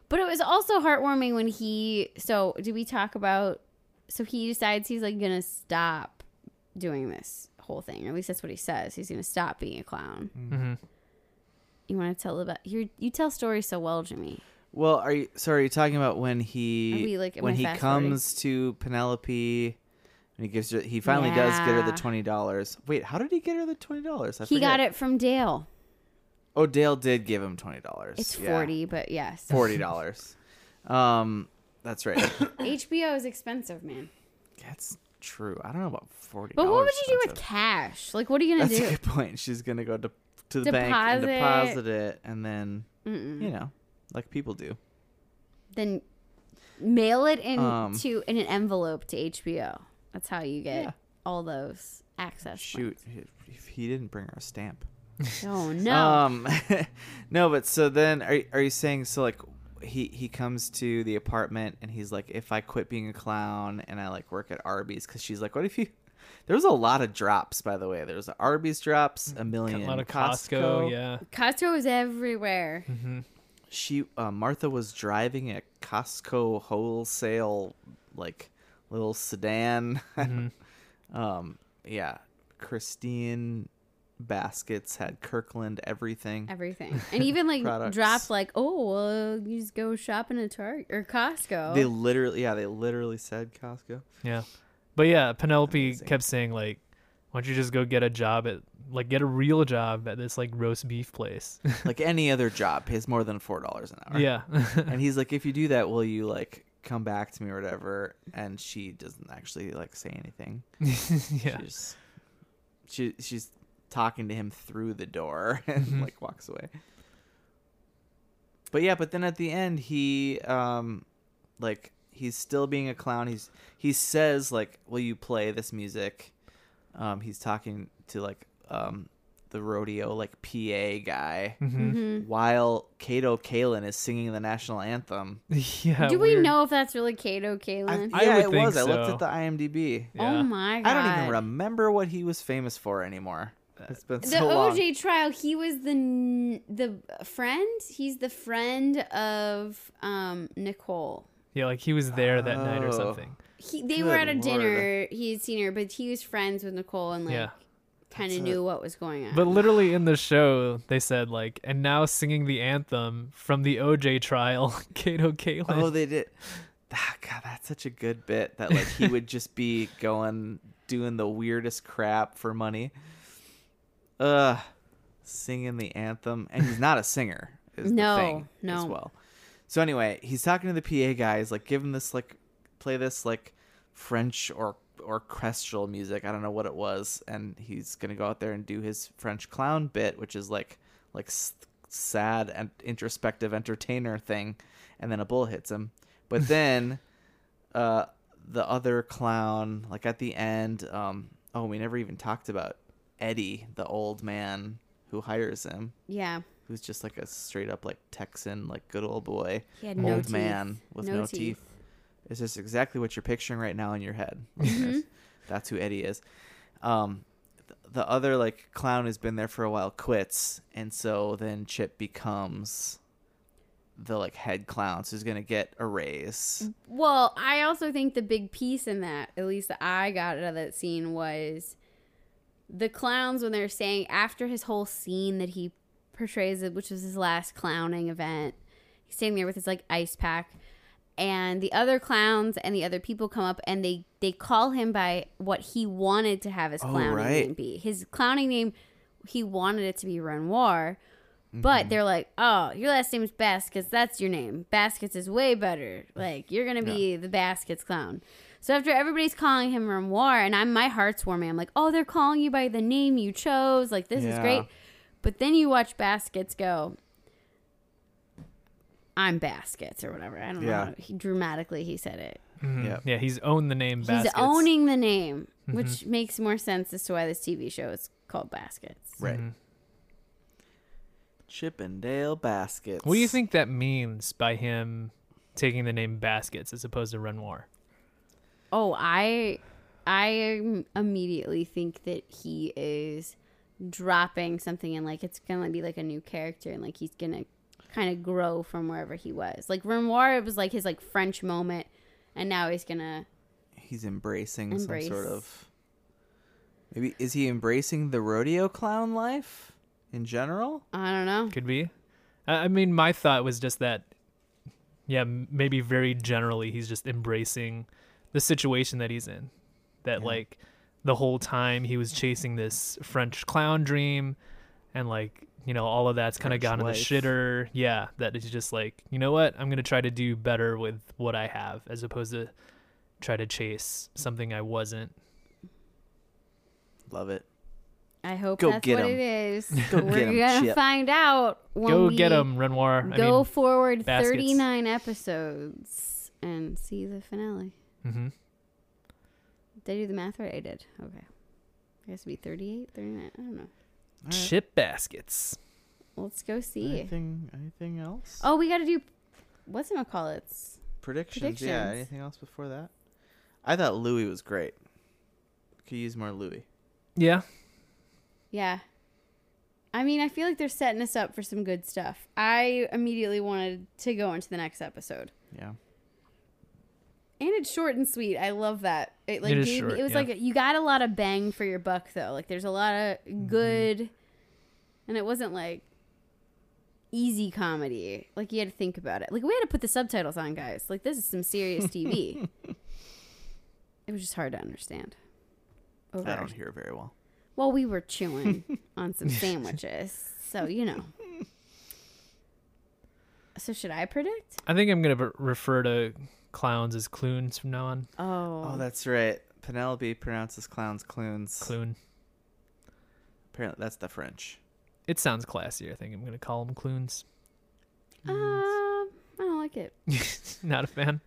Speaker 3: But it was also heartwarming when he. So, do we talk about? So he decides he's like gonna stop doing this whole thing, or at least that's what he says. He's gonna stop being a clown.
Speaker 2: Mm.
Speaker 1: Mhm.
Speaker 3: You want to tell about you? You tell stories so well, Jimmy.
Speaker 2: Well, are you sorry? Are you talking about when he
Speaker 3: Are we, like, am
Speaker 2: when
Speaker 3: I
Speaker 2: he
Speaker 3: fast
Speaker 2: comes to Penelope and he gives her he finally does get her the
Speaker 3: Yeah.
Speaker 2: twenty dollars. Wait, how did he get her the twenty dollars?
Speaker 3: He got it from Dale.
Speaker 2: Oh, Dale did give him twenty dollars.
Speaker 3: It's forty, but yes,
Speaker 2: Forty dollars. um, that's right.
Speaker 3: HBO is expensive, man.
Speaker 2: That's true. I don't know about forty.
Speaker 3: But what would you do with
Speaker 2: expensive.
Speaker 3: cash? Like, what are you gonna
Speaker 2: That's a
Speaker 3: do?
Speaker 2: good point. She's gonna go to to the bank and
Speaker 3: Deposit.
Speaker 2: deposit it, and then
Speaker 3: Mm-mm.
Speaker 2: you know, like people do.
Speaker 3: Then mail it into
Speaker 2: Um,
Speaker 3: in an envelope to HBO. That's how you get
Speaker 2: Yeah.
Speaker 3: all those access.
Speaker 2: Shoot, he- if he didn't bring her a stamp.
Speaker 3: points. Oh no.
Speaker 2: Um, no, but so then are are you saying so like he he comes to the apartment and he's like, if I quit being a clown and I like work at Arby's because she's like, what if you? There was a lot of drops, by the way. There was the Arby's drops, a million,
Speaker 1: Mm-hmm. a lot of
Speaker 2: Costco.
Speaker 1: Costco. Yeah.
Speaker 3: Costco is everywhere.
Speaker 1: hmm
Speaker 2: She uh, Martha was driving a Costco wholesale like little sedan.
Speaker 1: Mhm.
Speaker 2: um, yeah, Christine baskets had Kirkland everything.
Speaker 3: Everything. And even like
Speaker 2: Products.
Speaker 3: drop like, oh well, you just go shopping at Target or Costco.
Speaker 2: They literally, yeah, they literally said Costco.
Speaker 1: Yeah. But yeah, Penelope
Speaker 2: Amazing.
Speaker 1: kept saying like, "Why don't you just go get a job at like get a real job at this like roast beef place?"
Speaker 2: like any other job pays more than four dollars an hour.
Speaker 1: yeah.
Speaker 2: and he's like, if you do that, will you like come back to me or whatever? And she doesn't actually like say anything.
Speaker 1: yeah.
Speaker 2: She's, she she's talking to him through the door and
Speaker 1: Mhm.
Speaker 2: like walks away. But yeah, but then at the end he um like he's still being a clown. He's he says like, "Will you play this music?" Um he's talking to like um the rodeo like PA guy
Speaker 1: hmm
Speaker 3: Mhm.
Speaker 2: while Kato Kalin is singing the national anthem.
Speaker 1: Yeah.
Speaker 3: Do we
Speaker 1: weird.
Speaker 3: know if that's really Kato Kalin?
Speaker 1: I
Speaker 2: yeah,
Speaker 1: would
Speaker 2: it
Speaker 1: think
Speaker 2: was. I looked
Speaker 1: so.
Speaker 2: at the IMDb.
Speaker 1: Yeah.
Speaker 3: Oh my god!
Speaker 2: I don't even remember what he was famous for anymore. It's been
Speaker 3: The
Speaker 2: so long.
Speaker 3: OJ trial. He was the n- the friend. He's the friend of um Nicole.
Speaker 1: Yeah, like he was there that night or
Speaker 2: Oh.
Speaker 1: something.
Speaker 3: He they were at
Speaker 2: Good
Speaker 3: a
Speaker 2: lord.
Speaker 3: dinner. He had seen her, but he was friends with Nicole and like
Speaker 1: Yeah.
Speaker 3: kind
Speaker 2: That's
Speaker 3: of
Speaker 2: a-
Speaker 3: knew what was going on.
Speaker 1: But literally in the show, they said like, and now singing the anthem from the OJ trial, Kato Kalin.
Speaker 2: Oh, they did. Ah, God, that's such a good bit that like he would just be going doing the weirdest crap for money. Uh singing the anthem, and he's not a singer. Is
Speaker 3: No,
Speaker 2: the thing
Speaker 3: no.
Speaker 2: as well. So anyway, he's talking to the PA guys, like give him this like play this like French or orchestral music. I don't know what it was, and he's gonna go out there and do his French clown bit, which is like like s- sad and introspective entertainer thing, and then a bull hits him. But then, uh, the other clown, like at the end, um, oh, we never even talked about Eddie, the old man who hires him,
Speaker 3: yeah,
Speaker 2: who's just like a straight up like Texan, like good old boy
Speaker 3: he had no
Speaker 2: old
Speaker 3: teeth.
Speaker 2: man with no, teeth. It's just exactly what you're picturing right now in your head. listeners. That's who Eddie is. Um, th- the other like clown who's been there for a while quits, and so then Chip becomes the like head clown, so he's gonna get a raise.
Speaker 3: Well, I also think the big piece in that, at least that I got out of that scene, was the clowns when they're saying after his whole scene that he portrays, it, which was his last clowning event, he's standing there with his like ice pack, and the other clowns and the other people come up and they they call him by what he wanted to have his
Speaker 2: Oh,
Speaker 3: clowning
Speaker 2: right.
Speaker 3: name be. His clowning name, he wanted it to be Renoir.
Speaker 2: Mm-hmm.
Speaker 3: But they're like, oh, your last name's Baskets. That's your name. Baskets is way better. Like, you're going to be the Baskets clown. So after everybody's calling him Renoir, and I'm my heart's warming. I'm like, oh, they're calling you by the name you chose. Like, this is
Speaker 2: Yeah.
Speaker 3: great. But then you watch Baskets go, I'm Baskets or whatever. I don't
Speaker 2: Yeah.
Speaker 3: know. He, dramatically, he said it.
Speaker 1: Mhm.
Speaker 2: Yep.
Speaker 1: Yeah, he's owned the name.
Speaker 3: He's
Speaker 1: Baskets.
Speaker 3: owning the name,
Speaker 2: Mm-hmm.
Speaker 3: which makes more sense as to why this TV show is called Baskets.
Speaker 2: Right.
Speaker 1: Mhm.
Speaker 2: Chippendale baskets.
Speaker 1: What do you think that means by him taking the name Baskets as opposed to Renoir?
Speaker 3: Oh, I I im- immediately think that he is dropping something and like it's gonna be like a new character and like he's gonna kind of grow from wherever he was. Like Renoir was like his like French moment and now he's gonna
Speaker 2: He's embracing some sort
Speaker 3: Embrace.
Speaker 2: of. Maybe is he embracing the rodeo clown life in general?
Speaker 3: I don't know.
Speaker 1: Could be. I I mean, my thought was just that, yeah, m- maybe very generally, he's just embracing the situation that he's in. That, like, the whole time he was chasing this French clown dream, and, like, you know, all of that's kind of
Speaker 2: French
Speaker 1: gone in the
Speaker 2: life.
Speaker 1: shitter. Yeah, that he's just like, you know what? I'm going to try to do better with what I have as opposed to try to chase something I wasn't.
Speaker 2: Love it.
Speaker 3: I hope
Speaker 2: Go
Speaker 3: that's
Speaker 2: get
Speaker 3: what
Speaker 2: 'em.
Speaker 3: it is.
Speaker 2: Go
Speaker 3: We're
Speaker 2: get 'em,
Speaker 3: gonna
Speaker 2: Chip.
Speaker 3: find out when
Speaker 1: Go
Speaker 3: we
Speaker 1: get 'em, get him, Renoir.
Speaker 3: go forward
Speaker 1: baskets.
Speaker 3: 39 episodes and see the finale.
Speaker 1: I mean, mhm.
Speaker 3: Did I do the math right? I did. Okay. I guess it'd be 38, 39. I don't know.
Speaker 2: All right.
Speaker 1: chip baskets.
Speaker 3: Let's go see.
Speaker 2: Anything? Anything else?
Speaker 3: Oh, we got to do what's it call it's
Speaker 2: predictions. Yeah.
Speaker 3: predictions.
Speaker 2: Anything else before that? I thought Louis was great. Could use more Louis.
Speaker 1: Yeah,
Speaker 3: Yeah. I mean, I feel like they're setting us up for some good stuff. I immediately wanted to go into the next episode.
Speaker 2: Yeah.
Speaker 3: And it's short and sweet. I love that. It like
Speaker 1: It is
Speaker 3: gave me-
Speaker 1: short,
Speaker 3: it was
Speaker 1: yeah.
Speaker 3: like you got a lot of bang for your buck though. Like there's a lot of good and it wasn't like easy comedy. Like you had to think about it. Like we had to put the subtitles on, guys. Like this is some serious TV. it was just hard to understand. Over
Speaker 2: I don't hear very well.
Speaker 3: well, we were chewing on some sandwiches. So, you know. So should I predict?
Speaker 1: I think I'm gonna re- refer to clowns as clowns from now on.
Speaker 3: Oh.
Speaker 2: Oh, that's right. Penelope pronounces clowns clunes.
Speaker 1: Clune.
Speaker 2: Apparently, that's the French.
Speaker 1: It sounds classier. I think I'm gonna call them clowns.
Speaker 3: Um, I don't like it.
Speaker 1: Not a fan.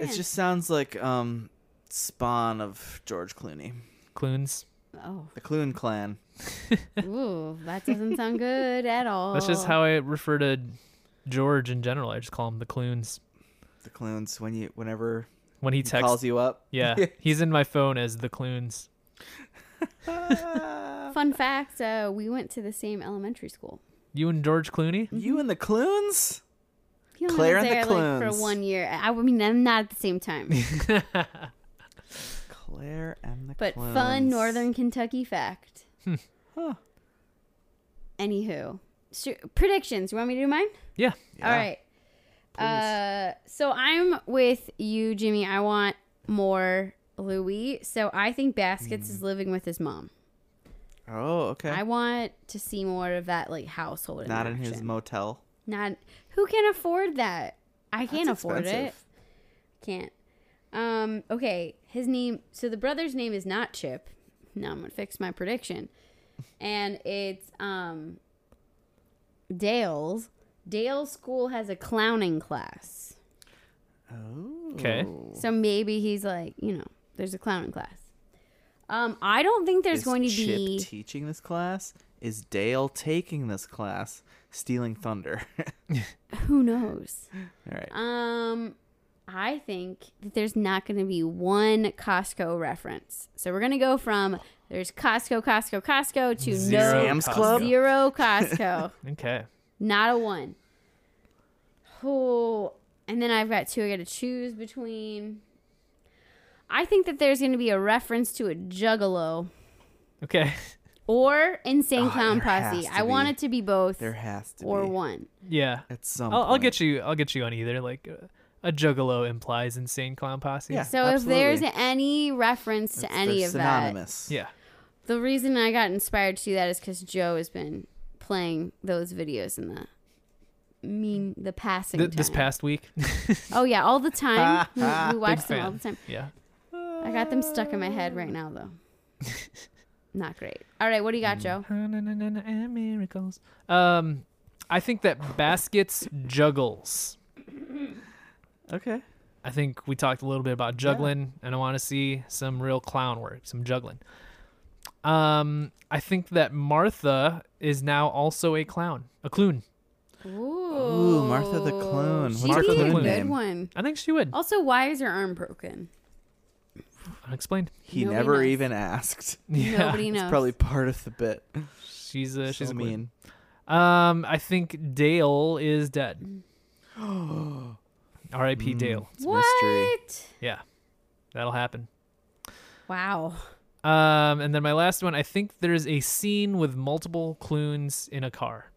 Speaker 2: It just sounds like um, spawn of George Clooney,
Speaker 1: Clowns.
Speaker 3: Oh,
Speaker 2: the Clune clan.
Speaker 3: ooh, that doesn't sound good at all.
Speaker 1: That's just how I refer to George in general. I just call him the clowns
Speaker 2: The Clunes. When you, whenever
Speaker 1: when he
Speaker 2: he
Speaker 1: texts.
Speaker 2: calls you up.
Speaker 1: yeah, he's in my phone as the clowns.
Speaker 3: Fun fact: uh, We went to the same elementary school.
Speaker 1: You and George Clooney.
Speaker 2: you and the Clunes.
Speaker 3: He only
Speaker 2: Claire
Speaker 3: was
Speaker 2: and the
Speaker 3: there like
Speaker 2: Clunes.
Speaker 3: for one year. I I mean, I'm not at the same time,
Speaker 2: Claire and the
Speaker 3: but
Speaker 2: Clunes.
Speaker 3: fun Northern Kentucky fact.
Speaker 1: Hmm.
Speaker 2: Huh.
Speaker 3: Anywho, so, predictions. You want me to do mine?
Speaker 1: yeah.
Speaker 2: Yeah,
Speaker 3: All right. Uh, so I'm with you, Jimmy. I want more Louis. So I think Baskets
Speaker 2: Hmm.
Speaker 3: is living with his mom.
Speaker 2: Oh, okay.
Speaker 3: I want to see more of that like household.
Speaker 2: Not in his
Speaker 3: interaction.
Speaker 2: motel.
Speaker 3: Not who can afford that? I can't
Speaker 2: That's
Speaker 3: afford it.
Speaker 2: expensive.
Speaker 3: Can't. Um. Okay. His name. So the brother's name is not Chip. Now I'm gonna fix my prediction, and it's um. Dale's Dale's school has a clowning class.
Speaker 2: Oh.
Speaker 1: 'Kay.
Speaker 3: So maybe he's like, you know, there's a clowning class. Um, I don't think there's
Speaker 2: Is
Speaker 3: going to
Speaker 2: Chip
Speaker 3: be.
Speaker 2: teaching this class? Is Dale taking this class? Stealing thunder.
Speaker 3: who knows?
Speaker 2: All right.
Speaker 3: Um, I think that there's not going to be one Costco reference. So we're going to go from there's Costco, Costco, Costco to
Speaker 1: Zero
Speaker 3: no
Speaker 2: Sam's
Speaker 1: Costco.
Speaker 2: Club?
Speaker 3: zero Costco,
Speaker 1: Okay.
Speaker 3: not a one. Oh, and then I've got two I got to choose between. I think that there's going to be a reference to a Juggalo.
Speaker 1: Okay.
Speaker 3: or insane
Speaker 2: Oh,
Speaker 3: clown
Speaker 2: there has
Speaker 3: posse.
Speaker 2: to
Speaker 3: I want
Speaker 2: be.
Speaker 3: it to be both
Speaker 2: There has to
Speaker 3: or
Speaker 2: be.
Speaker 3: one.
Speaker 1: Yeah.
Speaker 2: At some
Speaker 1: I'll, I'll
Speaker 2: point.
Speaker 1: get you. I'll get you on either. Like uh, a juggalo implies insane clown posse.
Speaker 2: Yeah.
Speaker 3: So
Speaker 2: Absolutely.
Speaker 3: if there's any reference to
Speaker 2: It's-
Speaker 3: any
Speaker 2: they're
Speaker 3: of
Speaker 2: synonymous.
Speaker 1: Yeah.
Speaker 3: that, the reason I got inspired to do that is because Joe has been playing those videos in the mean the passing.
Speaker 1: Th- this
Speaker 3: time.
Speaker 1: past week.
Speaker 3: Oh yeah, all the time. we, we watch
Speaker 1: Big
Speaker 3: them all
Speaker 1: fan.
Speaker 3: the time.
Speaker 1: yeah.
Speaker 3: I got them stuck in my head right now though. Not great. All right, what do you
Speaker 1: Mm.
Speaker 3: got, Joe?
Speaker 1: And miracles. Um, I think that baskets juggles.
Speaker 2: Okay.
Speaker 1: I think we talked a little bit about juggling, and I want to see some real clown work, some juggling. Um, I think that Martha is now also a clown, a clown.
Speaker 3: Ooh,
Speaker 2: Martha the Clown. What's
Speaker 3: She'd
Speaker 1: her
Speaker 3: be a
Speaker 1: clown
Speaker 3: good
Speaker 2: name?
Speaker 3: one.
Speaker 1: I think she would.
Speaker 3: Also, why is her arm broken?
Speaker 1: Unexplained.
Speaker 2: He
Speaker 3: Nobody
Speaker 2: never
Speaker 3: knows.
Speaker 2: even asked.
Speaker 1: Yeah,
Speaker 3: Nobody knows.
Speaker 2: It's probably part of the bit.
Speaker 1: she's a she's
Speaker 2: So
Speaker 1: a mean.
Speaker 2: mean.
Speaker 1: Um, I think Dale is dead. R.I.P.
Speaker 2: Hmm.
Speaker 1: Dale.
Speaker 2: It's mystery.
Speaker 1: Yeah, that'll happen.
Speaker 3: Wow.
Speaker 1: Um, and then my last one, I think there's a scene with multiple clunes in a car.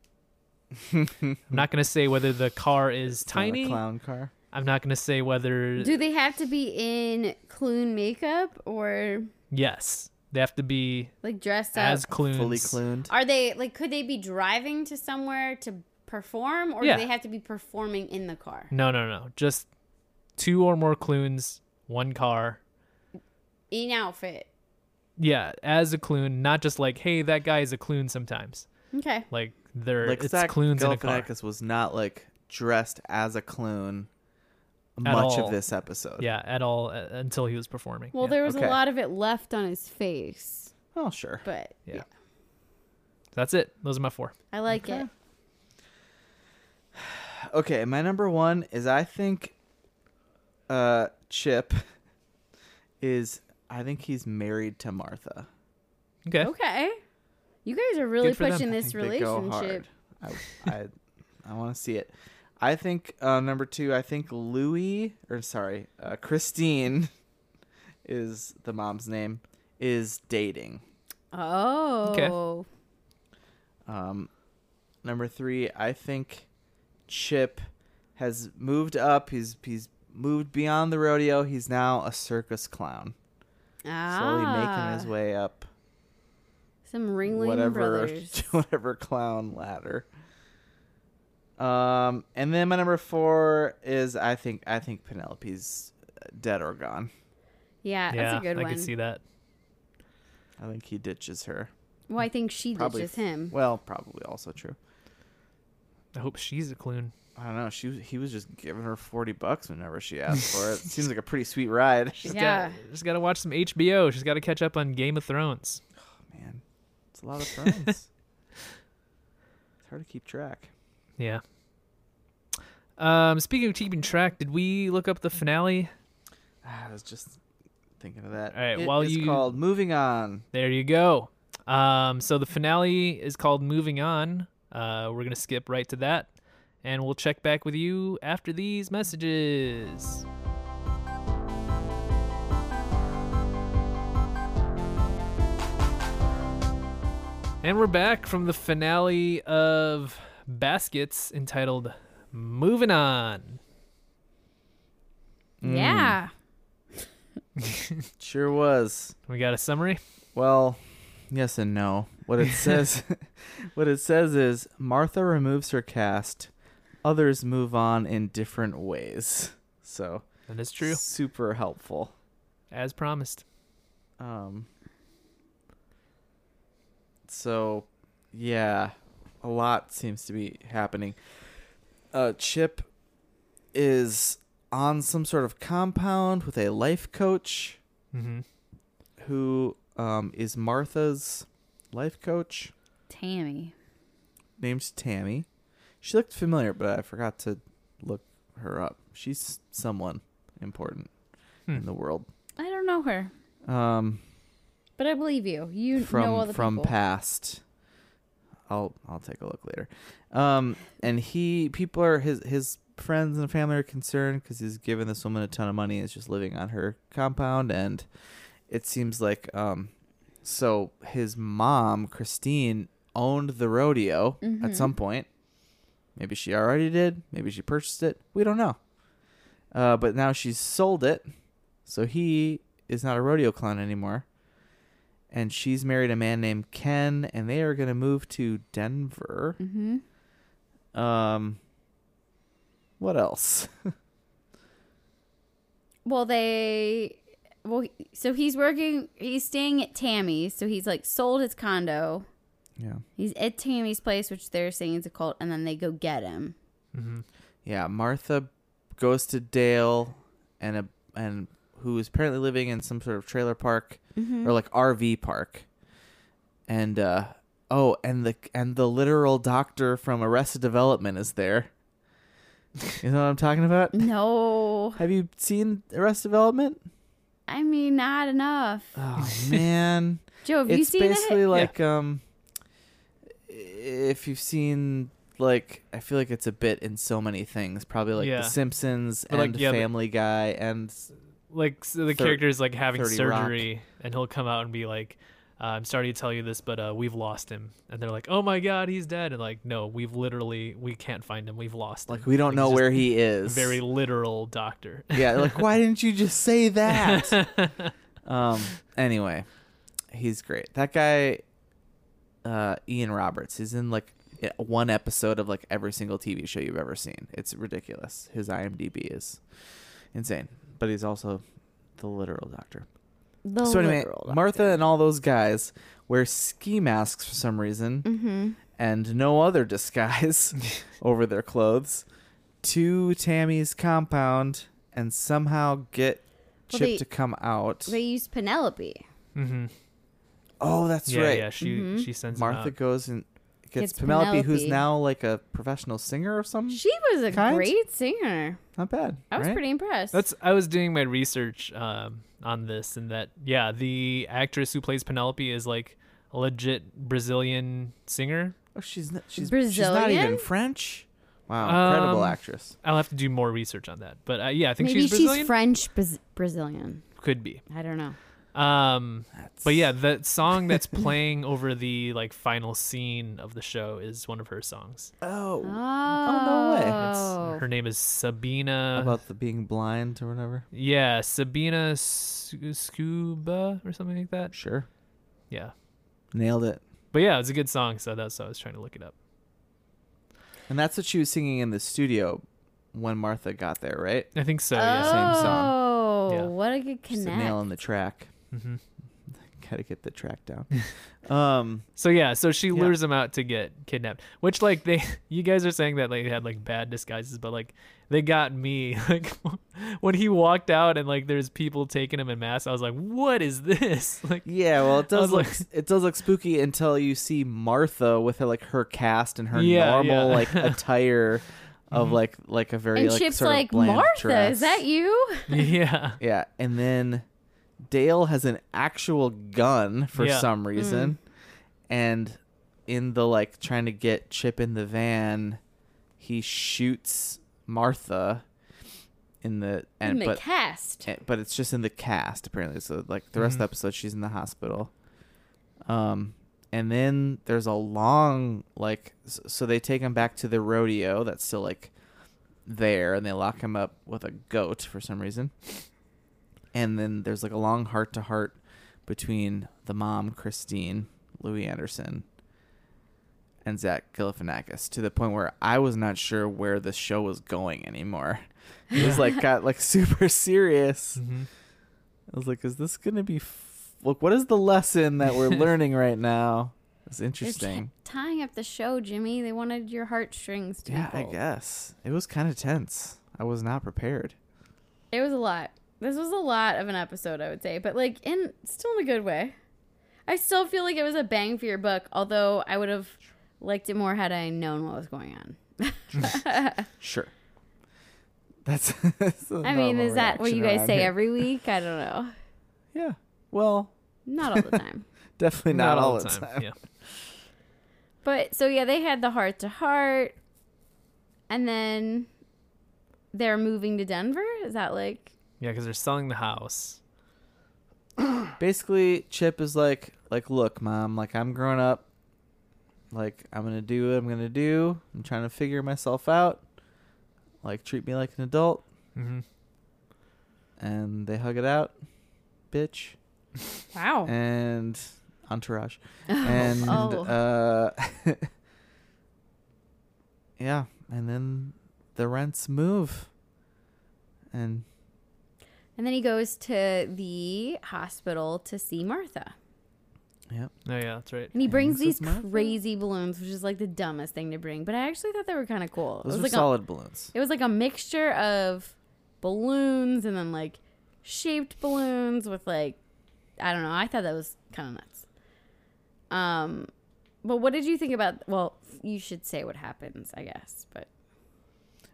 Speaker 1: I'm not gonna say whether the car is
Speaker 2: Not a
Speaker 1: tiny.
Speaker 2: clown car.
Speaker 1: I'm not gonna say whether
Speaker 3: Do they have to be in Clune makeup or
Speaker 1: yes they have to be
Speaker 3: like dressed up?
Speaker 1: as clunes.
Speaker 2: Fully cloned.
Speaker 3: Are they like could they be driving to somewhere to perform or
Speaker 1: Yeah.
Speaker 3: do they have to be performing in the car?
Speaker 1: No, no, no. Just two or more clunes one car.
Speaker 3: in outfit.
Speaker 1: Yeah, as a Clune, not just like, hey, that guy is a Clune sometimes.
Speaker 3: Okay.
Speaker 1: Like they're
Speaker 2: like
Speaker 1: it's
Speaker 2: Zach
Speaker 1: Clunes in a car.
Speaker 2: Galifianakis was not like dressed as a clone
Speaker 1: At
Speaker 2: much
Speaker 1: all.
Speaker 2: of this episode.
Speaker 1: Yeah, at all uh, until he was performing.
Speaker 3: Well,
Speaker 1: yeah.
Speaker 3: there was
Speaker 2: Okay.
Speaker 3: a lot of it left on his face,
Speaker 2: Oh sure.
Speaker 3: but
Speaker 1: Yeah. That's it. Those are my four.
Speaker 3: I like
Speaker 1: Okay.
Speaker 3: it.
Speaker 2: Okay, my number one is I think uh Chip is I think he's married to Martha.
Speaker 1: Okay.
Speaker 3: Okay. You guys are really
Speaker 1: Good for them.
Speaker 3: pushing
Speaker 1: I
Speaker 3: this
Speaker 2: think they go
Speaker 3: relationship.
Speaker 2: hard. I I, I want to see it. I think uh, number two. I think Louis or sorry, uh, Christine is the mom's name is dating.
Speaker 3: Oh.
Speaker 2: Um, number three. I think Chip has moved up. He's he's moved beyond the rodeo. He's now a circus clown, slowly making his way up
Speaker 3: Ah. Some Ringling
Speaker 2: whatever
Speaker 3: Brothers.
Speaker 2: whatever clown ladder. Um, and then my number four is I think I think Penelope's uh, dead or gone.
Speaker 3: Yeah,
Speaker 1: yeah,
Speaker 3: that's a good
Speaker 1: I
Speaker 3: one.
Speaker 1: can see that.
Speaker 2: I think he ditches her.
Speaker 3: Well, I think she
Speaker 2: Probably
Speaker 3: ditches him.
Speaker 2: Well, probably also true.
Speaker 1: I hope she's a Clune.
Speaker 2: I don't know. She was, he was just giving her forty bucks whenever she asked for it. Seems like a pretty sweet ride.
Speaker 1: She's
Speaker 3: Yeah.
Speaker 1: got she's got to watch some HBO. She's got to catch up on Game of Thrones.
Speaker 2: Man, it's a lot of friends. it's hard to keep track.
Speaker 1: Yeah. Um, speaking of keeping track, did we look up the finale?
Speaker 2: Ah, I was just thinking of that.
Speaker 1: All right,
Speaker 2: It
Speaker 1: while
Speaker 2: is
Speaker 1: you-
Speaker 2: called moving on.
Speaker 1: There you go. Um, so the finale is called Moving On. Uh, we're gonna skip right to that, and we'll check back with you after these messages. And we're back from the finale of Baskets entitled Moving On.
Speaker 4: Yeah.
Speaker 2: Mm. Sure was.
Speaker 1: We got a summary?
Speaker 2: Well, yes and no. What it says what it says is Martha removes her cast, others move on in different ways. So
Speaker 1: That is true,
Speaker 2: super helpful.
Speaker 1: as promised.
Speaker 2: Um So yeah, a lot seems to be happening. Uh Chip is on some sort of compound with a life coach
Speaker 1: Mm-hmm.
Speaker 2: who um is Martha's life coach.
Speaker 3: Tammy.
Speaker 2: named Tammy. She looked familiar, but I forgot to look her up. She's someone important in
Speaker 1: Hmm.
Speaker 2: the world.
Speaker 3: I don't know her,
Speaker 2: Um,
Speaker 3: but I believe you. You know all
Speaker 2: from
Speaker 3: the
Speaker 2: from
Speaker 3: people.
Speaker 2: past. I'll I'll take a look later. Um, and he people are his his friends and family are concerned because he's given this woman a ton of money. Is just living on her compound, and it seems like um, so his mom Christine owned the rodeo at
Speaker 3: Mm-hmm.
Speaker 2: some point. Maybe she already did. Maybe she purchased it. We don't know. Uh, but now she's sold it, so he is not a rodeo clown anymore. And she's married a man named Ken, and they are going to move to Denver.
Speaker 3: Mm-hmm.
Speaker 2: Um, what else?
Speaker 3: Well, they. Well, he- so he's working. He's staying at Tammy's. So he's like sold his condo.
Speaker 2: Yeah,
Speaker 3: He's at Tammy's place, which they're saying is a cult, and then they go get him.
Speaker 1: Mm-hmm.
Speaker 2: yeah. Martha goes to Dale, and a and who is apparently living in some sort of trailer park or like RV park, and uh, oh, and the and the literal doctor from Arrested Development is there. You know what I'm talking about?
Speaker 3: No,
Speaker 2: Have you seen Arrested Development?
Speaker 3: I mean not enough.
Speaker 2: Oh man.
Speaker 3: Joe, have you
Speaker 2: it's
Speaker 3: seen
Speaker 2: basically
Speaker 3: it?
Speaker 2: like um if you've seen like I feel like it's a bit in so many things, probably like
Speaker 1: Yeah.
Speaker 2: The Simpsons
Speaker 1: But, like,
Speaker 2: and
Speaker 1: yeah, but-
Speaker 2: Family Guy and
Speaker 1: like so the
Speaker 2: Thir-
Speaker 1: character's like having
Speaker 2: 30 Rock.
Speaker 1: surgery and he'll come out and be like uh, i'm sorry to tell you this but uh, we've lost him and they're like oh my god he's dead and like no we've literally we can't find him we've lost
Speaker 2: like
Speaker 1: him."
Speaker 2: we don't know
Speaker 1: he's just
Speaker 2: where he
Speaker 1: a
Speaker 2: is.
Speaker 1: very literal doctor Mm-hmm.
Speaker 2: yeah, like why didn't you just say that? um anyway, he's great. That guy uh Ian Roberts is in like i- one episode of like every single TV show you've ever seen. It's ridiculous. His IMDb is insane, but he's also the literal doctor.
Speaker 3: The
Speaker 2: so anyway,
Speaker 3: literal
Speaker 2: Martha and all those guys wear ski masks for some reason
Speaker 3: Mm-hmm.
Speaker 2: and no other disguise over their clothes to Tammy's compound and somehow get Chip
Speaker 3: Well, they-
Speaker 2: to come out.
Speaker 3: They use Penelope.
Speaker 1: Mm-hmm.
Speaker 2: oh, that's
Speaker 1: Yeah,
Speaker 2: right.
Speaker 1: yeah. She
Speaker 3: Mhm.
Speaker 1: she sends
Speaker 2: Martha
Speaker 1: Martha.
Speaker 2: goes and gets
Speaker 3: Gets
Speaker 2: Penelope, who's
Speaker 3: Penelope.
Speaker 2: now like a professional singer or something.
Speaker 3: She was a
Speaker 2: Kind?
Speaker 3: great singer.
Speaker 2: Not bad.
Speaker 3: I was
Speaker 2: right?
Speaker 3: pretty impressed.
Speaker 1: That's I was doing my research um, on this and that. Yeah, the actress who plays Penelope is like a legit Brazilian singer.
Speaker 2: Oh, she's not, she's, she's not even
Speaker 3: Brazilian?
Speaker 2: French. Wow, incredible
Speaker 1: Um,
Speaker 2: actress.
Speaker 1: I'll have to do more research on that, but uh, yeah, I think
Speaker 3: Maybe
Speaker 1: she's
Speaker 3: she's,
Speaker 1: Brazilian.
Speaker 3: French Braz- Brazilian.
Speaker 1: Could be.
Speaker 3: I don't know.
Speaker 1: Um,
Speaker 2: That's-
Speaker 1: but yeah, that song that's playing over the like final scene of the show is one of her songs.
Speaker 2: Oh,
Speaker 3: Oh,
Speaker 2: no way.
Speaker 1: It's,
Speaker 3: Oh.
Speaker 1: her name is Sabina.
Speaker 2: about the being blind or whatever.
Speaker 1: yeah, Sabina Scu- Scuba or something like that.
Speaker 2: Sure,
Speaker 1: Yeah,
Speaker 2: nailed it.
Speaker 1: but yeah, it's a good song. So that's why I was trying to look it up.
Speaker 2: And that's what she was singing in the studio when Martha got there, right?
Speaker 1: I think so. yeah.
Speaker 2: same song.
Speaker 3: Oh,
Speaker 1: Yeah.
Speaker 3: what a good
Speaker 2: Just a nail
Speaker 3: connect.
Speaker 2: in the track.
Speaker 1: hmm
Speaker 2: Gotta get the track down. um,
Speaker 1: So yeah, so she
Speaker 2: Yeah.
Speaker 1: lures him out to get kidnapped. Which like they, you guys are saying that like, they had like bad disguises, but like they got me. Like when he walked out and like there's people taking him in masks, I was like, what is this? Like
Speaker 2: yeah, well, it
Speaker 1: I was
Speaker 2: does look
Speaker 1: like-
Speaker 2: it does look spooky until you see Martha with her, like her cast and her
Speaker 1: Yeah,
Speaker 2: normal
Speaker 1: yeah.
Speaker 2: like attire of
Speaker 1: Mhm.
Speaker 2: like like a very
Speaker 3: And
Speaker 2: like
Speaker 3: Chip's
Speaker 2: sort of
Speaker 3: like,
Speaker 2: bland
Speaker 3: Martha,
Speaker 2: dress.
Speaker 3: is that you?
Speaker 1: yeah,
Speaker 2: Yeah, and then Dale has an actual gun for
Speaker 1: Yeah.
Speaker 2: some reason,
Speaker 3: Mm.
Speaker 2: and in the like trying to get Chip in the van, he shoots Martha in the
Speaker 3: In
Speaker 2: and
Speaker 3: the
Speaker 2: but
Speaker 3: cast.
Speaker 2: eh, but it's just in the cast apparently. So like the rest of the
Speaker 1: Mhm.
Speaker 2: episode, she's in the hospital. Um, and then there's a long like s- so they take him back to the rodeo that's still like there, and they lock him up with a goat for some reason. And then there's like a long heart to heart between the mom Christine Louis Anderson and Zach Galifianakis to the point where I was not sure where the show was going anymore. It was like got like super serious.
Speaker 1: Mhm.
Speaker 2: I was like, is this gonna be? F- Look, what is the lesson that we're learning right now? It's
Speaker 3: They kept
Speaker 2: interesting.
Speaker 3: tying up the show, Jimmy. They wanted your heartstrings to
Speaker 2: Yeah,
Speaker 3: be
Speaker 2: I
Speaker 3: pulled.
Speaker 2: guess it was kind of tense. I was not prepared.
Speaker 3: It was a lot. This was a lot of an episode, I would say, but like in still in a good way. I still feel like it was a bang for your buck, although I would have liked it more had I known what was going on.
Speaker 2: Sure. That's. that's a
Speaker 3: I mean,
Speaker 2: normal
Speaker 3: is that what
Speaker 2: reaction
Speaker 3: you guys
Speaker 2: around
Speaker 3: say
Speaker 2: here.
Speaker 3: every week? I don't know.
Speaker 2: Yeah. Well,
Speaker 3: Not all the time.
Speaker 2: definitely not, all the time.
Speaker 1: Yeah.
Speaker 3: But so yeah, they had the heart to heart and then they're moving to Denver. Is that like
Speaker 1: Yeah, because they're selling the house.
Speaker 2: Basically, Chip is like, like, look, mom, like I'm grown up. Like I'm gonna do what I'm gonna do. I'm trying to figure myself out. Like treat me like an adult.
Speaker 1: hmm
Speaker 2: and they hug it out, bitch,
Speaker 3: wow.
Speaker 2: and entourage, and
Speaker 3: Oh.
Speaker 2: uh, yeah, and then the rents move, and
Speaker 3: And then he goes to the hospital to see Martha.
Speaker 1: Oh yeah, that's right.
Speaker 3: And he
Speaker 2: Hangs
Speaker 3: brings
Speaker 2: with
Speaker 3: these
Speaker 2: Martha?
Speaker 3: crazy balloons, which is like the dumbest thing to bring. But I actually thought they were kind of cool.
Speaker 2: those
Speaker 3: it
Speaker 2: are
Speaker 3: was like
Speaker 2: solid balloons.
Speaker 3: a, it was like a mixture of balloons and then like shaped balloons with like I don't know. I thought that was kind of nuts. Um, but what did you think about? Well, you should say what happens, I guess. But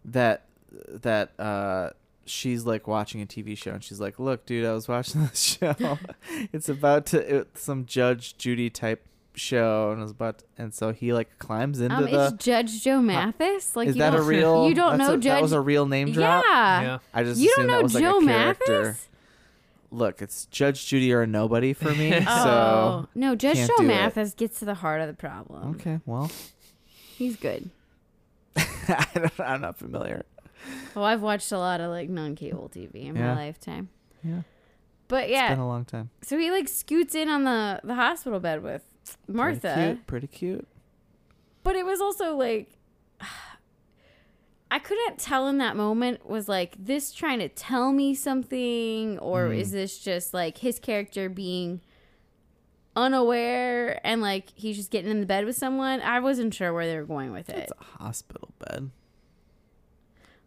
Speaker 2: That that uh, she's like watching a TV show, and she's like, "Look, dude, I was watching this show. it's about to it's some Judge Judy type." show and it was about and so he like climbs into
Speaker 3: um,
Speaker 2: the
Speaker 3: is Judge Joe Mathis like
Speaker 2: is
Speaker 3: you
Speaker 2: that a
Speaker 3: don't,
Speaker 2: real
Speaker 3: you don't
Speaker 2: that's
Speaker 3: know
Speaker 2: a-
Speaker 3: Judge
Speaker 2: that was a real name drop
Speaker 3: yeah.
Speaker 1: yeah.
Speaker 2: I just
Speaker 3: You don't
Speaker 2: assumed that
Speaker 3: know
Speaker 2: was
Speaker 3: Joe
Speaker 2: like a character.
Speaker 3: Mathis?
Speaker 2: Look, it's Judge Judy or nobody for me.
Speaker 3: Oh
Speaker 2: so
Speaker 3: no, Judge
Speaker 2: can't
Speaker 3: Joe
Speaker 2: do it.
Speaker 3: Mathis gets to the heart of the problem.
Speaker 2: okay, well,
Speaker 3: He's good.
Speaker 2: I don't, I'm not familiar.
Speaker 3: Well, Oh, I've watched a lot of like non-cable TV in
Speaker 2: Yeah.
Speaker 3: my lifetime.
Speaker 2: Yeah,
Speaker 3: But
Speaker 2: it's been a
Speaker 3: yeah,
Speaker 2: long time.
Speaker 3: so he like scoots in on the the hospital bed with
Speaker 2: Pretty
Speaker 3: Martha,
Speaker 2: cute, pretty cute.
Speaker 3: but it was also like I couldn't tell in that moment was like this trying to tell me something or
Speaker 2: Mm.
Speaker 3: is this just like his character being unaware and like he's just getting in the bed with someone i wasn't sure where they were going with it
Speaker 2: It's a hospital bed.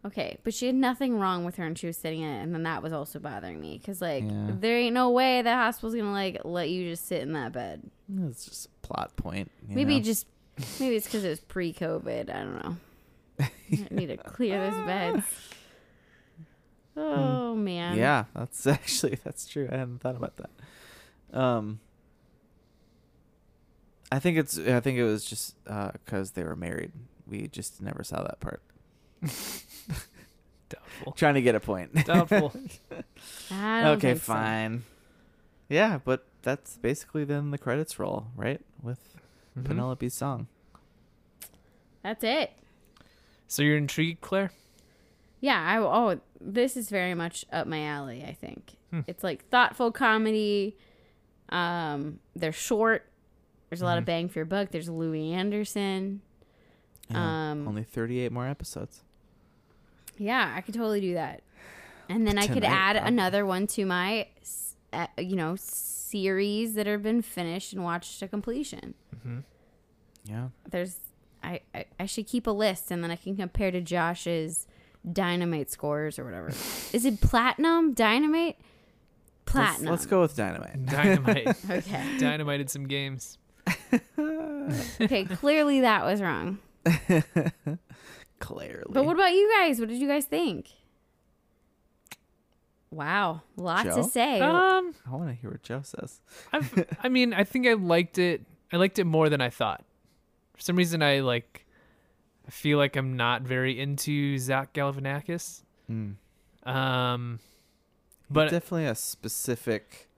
Speaker 3: okay but she had nothing wrong with her and she was sitting in it and then that was also bothering me because like
Speaker 2: Yeah.
Speaker 3: there ain't no way that hospital's gonna like let you just sit in that bed
Speaker 2: It's just a plot point. you
Speaker 3: maybe
Speaker 2: know?
Speaker 3: just maybe it's because it was pre-covid i don't know i need to clear this bed oh man
Speaker 2: Hmm. yeah, that's actually that's true. I hadn't thought about that. Um, I think it's I think it was just because they were married. We just never saw that part.
Speaker 1: Doubtful.
Speaker 2: Trying to get a point.
Speaker 1: Doubtful. Mm-hmm.
Speaker 3: I don't
Speaker 2: okay,
Speaker 3: think so.
Speaker 2: fine. Yeah, but that's basically then the credits roll, right? With
Speaker 1: Mhm.
Speaker 2: Penelope's song.
Speaker 3: That's it.
Speaker 1: So you're intrigued, Claire?
Speaker 3: Yeah, I oh, this is very much up my alley, I think.
Speaker 1: Hmm.
Speaker 3: It's like thoughtful comedy. Um, they're short. There's a lot of
Speaker 2: Mm-hmm.
Speaker 1: Mhm.
Speaker 3: bang for your buck. There's Louis Anderson.
Speaker 2: Yeah,
Speaker 3: Um,
Speaker 2: only 38 more episodes.
Speaker 3: Yeah, I could totally do that. And then I could
Speaker 2: Tonight,
Speaker 3: add
Speaker 2: probably.
Speaker 3: another one to my s- uh, you know, series that have been finished and watched to completion.
Speaker 1: Mm-hmm.
Speaker 2: Yeah.
Speaker 3: There's I, I, I should keep a list and then I can compare to Josh's dynamite scores or whatever. Is it platinum? Dynamite?
Speaker 2: Let's-
Speaker 3: Platinum.
Speaker 2: Let's, go with Dynamite.
Speaker 1: Dynamite.
Speaker 3: Okay.
Speaker 1: Dynamited some games.
Speaker 3: Okay, clearly that was wrong.
Speaker 2: Clearly.
Speaker 3: But what about you guys? What did you guys think? Wow, lots
Speaker 2: Joe?
Speaker 3: to say.
Speaker 1: Um,
Speaker 2: I want to hear what Joe says.
Speaker 1: I've, I mean, I think I liked it. I liked it more than I thought. For some reason, I like. I feel like I'm not very into Zach Galifianakis.
Speaker 2: Mm.
Speaker 1: Um, Hmm. but
Speaker 2: Definitely a specific